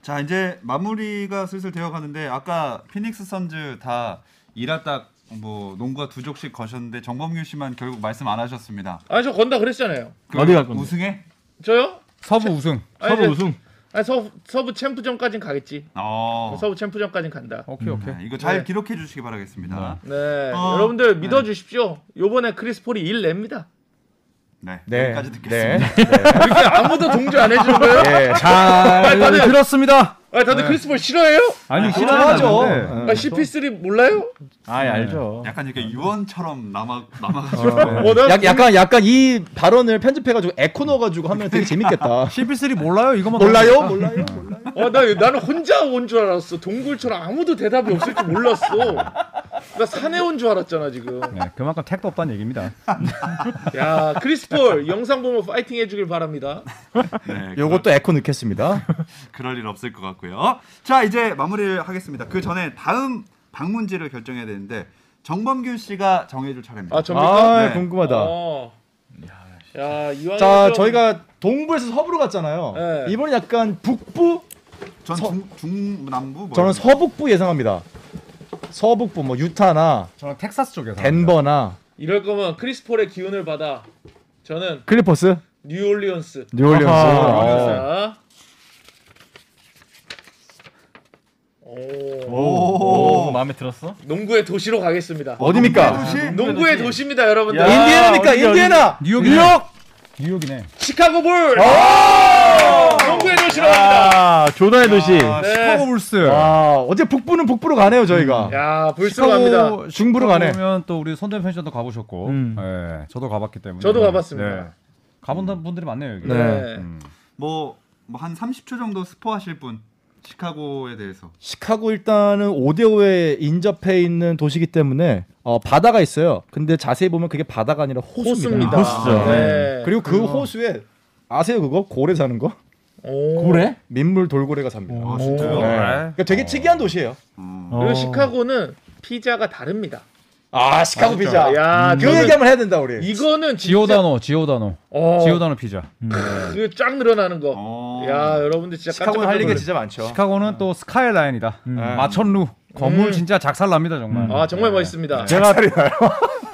A: 자 이제 마무리가 슬슬 되어 가는데 아까 피닉스 선즈 다 이라딱 뭐 농구가 두 족씩 거셨는데 정범규 씨만 결국 말씀 안 하셨습니다.
C: 아 저 건다 그랬잖아요.
A: 그
F: 어디 갈 건데?
A: 우승해?
C: 저요?
E: 서부 우승.
C: 아니,
F: 서부
C: 이제-
F: 우승.
C: 아 서부 서부 챔프전까진 가겠지.
A: 어.
C: 서부 챔프전까진 간다.
E: 오케이 오케이.
A: 네, 이거 잘
C: 네.
A: 기록해 주시기 바라겠습니다.
C: 네,
A: 어.
C: 여러분들 믿어주십시오. 요번에 크리스폴이 일 냅니다.
A: 네.
B: 네.
A: 여기까지 듣겠습니다.
C: 이렇게 네, 아무도 동조 안 해주는 거예요?
B: 네.
E: 잘
C: 다들-
E: 들었습니다.
C: 아 다들 크리스폴 싫어해요?
E: 아니
B: 싫어하죠. 네.
E: 싫어하죠.
F: 그러니까
C: 아 CP3 몰라요?
F: 아 알죠.
A: 약간 이렇게 유언처럼 남아 남아가지고
C: 어, 나
B: 약, 약간 약간 이 발언을 편집해가지고 에코 넣어가지고 하면 되게 재밌겠다.
F: 네.
B: 아,
E: CP3 몰라요? 이거만
B: 몰라요? 몰라요? 몰라요?
C: 어, 나, 나는 혼자 온 줄 알았어. 동굴처럼 아무도 대답이 없을 줄 몰랐어. 나 산에 온 줄 알았잖아, 지금.
E: 네, 그만큼 택도 없다는 얘기입니다.
C: 야, 크리스폴, 영상 보면 파이팅 해주길 바랍니다.
A: 네,
B: 요것도 에코 넣겠습니다.
A: 그럴 일 없을 것 같고요. 자 이제 마무리를 하겠습니다. 그 전에 다음 방문지를 결정해야 되는데 정범균 씨가 정해줄 차례입니다.
C: 아, 정말.
B: 아
A: 네.
B: 궁금하다.
C: 어. 야, 이왕.
B: 자 저희가 동부에서 서부로 갔잖아요.
C: 네.
B: 이번엔 약간 북부
A: 전 중, 중남부 뭐
B: 저는 서북부 예상합니다. 서북부 뭐 유타나
E: 저는 텍사스 쪽에서.
B: 덴버나
C: 이럴 거면 크리스폴의 기운을 받아. 저는
B: 클리퍼스,
C: 뉴올리언스.
B: 뉴올리언스.
E: 아하.
B: 어.
C: 자. 오.
A: 오,
F: 오, 마음에 들었어?
C: 어. 농구의 도시로 가겠습니다.
B: 어딥니까?
C: 농구의 도시입니다, 여러분들.
B: 아, 인디애나니까
F: 어디야,
B: 인디애나.
E: 뉴욕이네. 뉴욕. 뉴욕이네.
C: 시카고 불. 농구의 도시로 갑니다.
F: 아 조던의 도시.
C: 네.
E: 울스.
B: 아 어제 북부는 북부로 가네요 저희가.
C: 야, 불스로 갑니다.
B: 중부로 가네.
E: 그러면 또 우리 손대현 팬션도 가보셨고,
F: 음.
E: 예, 저도 가봤기 때문에. 네.
C: 저도 가봤습니다.
E: 가본 분들이 많네요 여기.
C: 네.
E: 음.
A: 뭐뭐한 30초 정도 스포하실 분 시카고에 대해서
B: 시카고 일단은 5대5에 인접해 있는 도시이기 때문에 어, 바다가 있어요. 근데 자세히 보면 그게 바다가 아니라 호수입니다.
C: 호수입니다.
F: 호수죠.
C: 네.
B: 그리고 그 호수에 아세요 그거 고래 사는 거?
C: 오.
F: 고래?
B: 민물 돌고래가 삽니다.
C: 어.
A: 아
B: 네.
A: 진짜요?
B: 그러니까 되게 특이한 도시예요.
A: 음.
F: 어.
C: 그리고 시카고는 피자가 다릅니다.
B: 아 시카고 피자.
C: 야,
B: 그
C: 저는
B: 얘기 한번 해야 된다 우리.
C: 이거는 진짜
E: 지오다노, 지오다노,
C: 어,
E: 지오다노 피자.
C: 그쫙 늘어나는 거.
A: 어.
C: 야, 여러분들 진짜 깜짝
B: 시카고는 할
C: 놀랐어요.
B: 얘기가 진짜 많죠.
E: 시카고는 또 스카이라인이다. 마천루 건물
C: 음.
E: 진짜 작살납니다 정말.
C: 아, 정말 멋있습니다.
E: 네.
F: 제가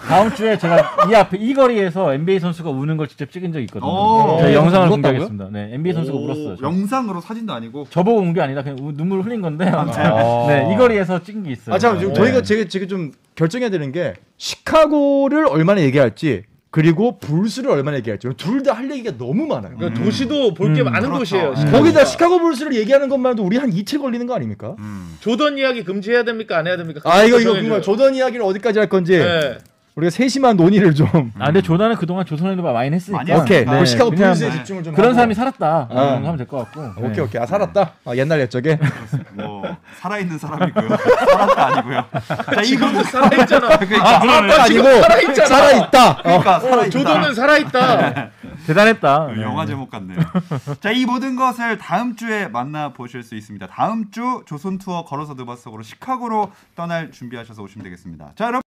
F: 다음 주에 제가 이 앞에 이 거리에서 NBA 선수가 우는 걸 직접 찍은 적이
A: 오.
B: 어.
F: 있거든요. 제가 영상을
B: 울었다고요?
F: 공개하겠습니다. 네, NBA 선수가
A: 오,
F: 울었어요. 저.
A: 영상으로 사진도 아니고
F: 저보고 운 게 아니라 그냥 우- 눈물 흘린 건데. 네, 이 거리에서 찍은 게 있어요.
B: 어. 아 잠깐 지금
F: 네.
B: 저희가 지금 지금 좀 결정해야 되는 게 시카고를 얼마나 얘기할지 그리고 불스를 얼마나 얘기할지 둘 다 할 얘기가 너무 많아요.
C: 그러니까 도시도 볼 게
F: 음,
C: 많은
A: 그렇죠.
C: 도시예요.
A: 음.
C: 시카고가.
B: 거기다 시카고 불스를 얘기하는 것만 해도 우리 한 이틀 걸리는 거 아닙니까?
C: 조던 이야기 금지해야 됩니까? 안 해야 됩니까?
B: 아 이거 이거
C: 정해줘요.
B: 정말 조던 이야기를 어디까지 할 건지
C: 네.
B: 우리가 세심한 논의를 좀
F: 아, 근데 조단은 그동안 조선에도 많이 했으니까.
A: 많이 했어요.
B: 오케이
A: 네,
B: 그럼 시카고
F: 그냥
B: 불스에
A: 네.
B: 집중을 좀
F: 그런
B: 하고.
F: 사람이 살았다.
B: 아.
F: 음, 하면 될 것 같고. 네.
B: 오케이 오케이 아 살았다 아, 옛날 옛적에
A: 뭐 살아있는 사람이고요 사람도 아니고요 자이
C: 지금도 살아있잖아.
B: 아 살았다 아니고 살아있다 어.
A: 그러니까 살아있다
C: 조던은 살아있다.
F: 대단했다.
A: 어,
F: 네.
A: 영화 제목 같네요. 자, 이 모든 것을 다음 주에 만나 보실 수 있습니다. 다음 주 조선 투어 걸어서 드바스으로 시카고로 떠날 준비하셔서 오시면 되겠습니다. 자, 여러분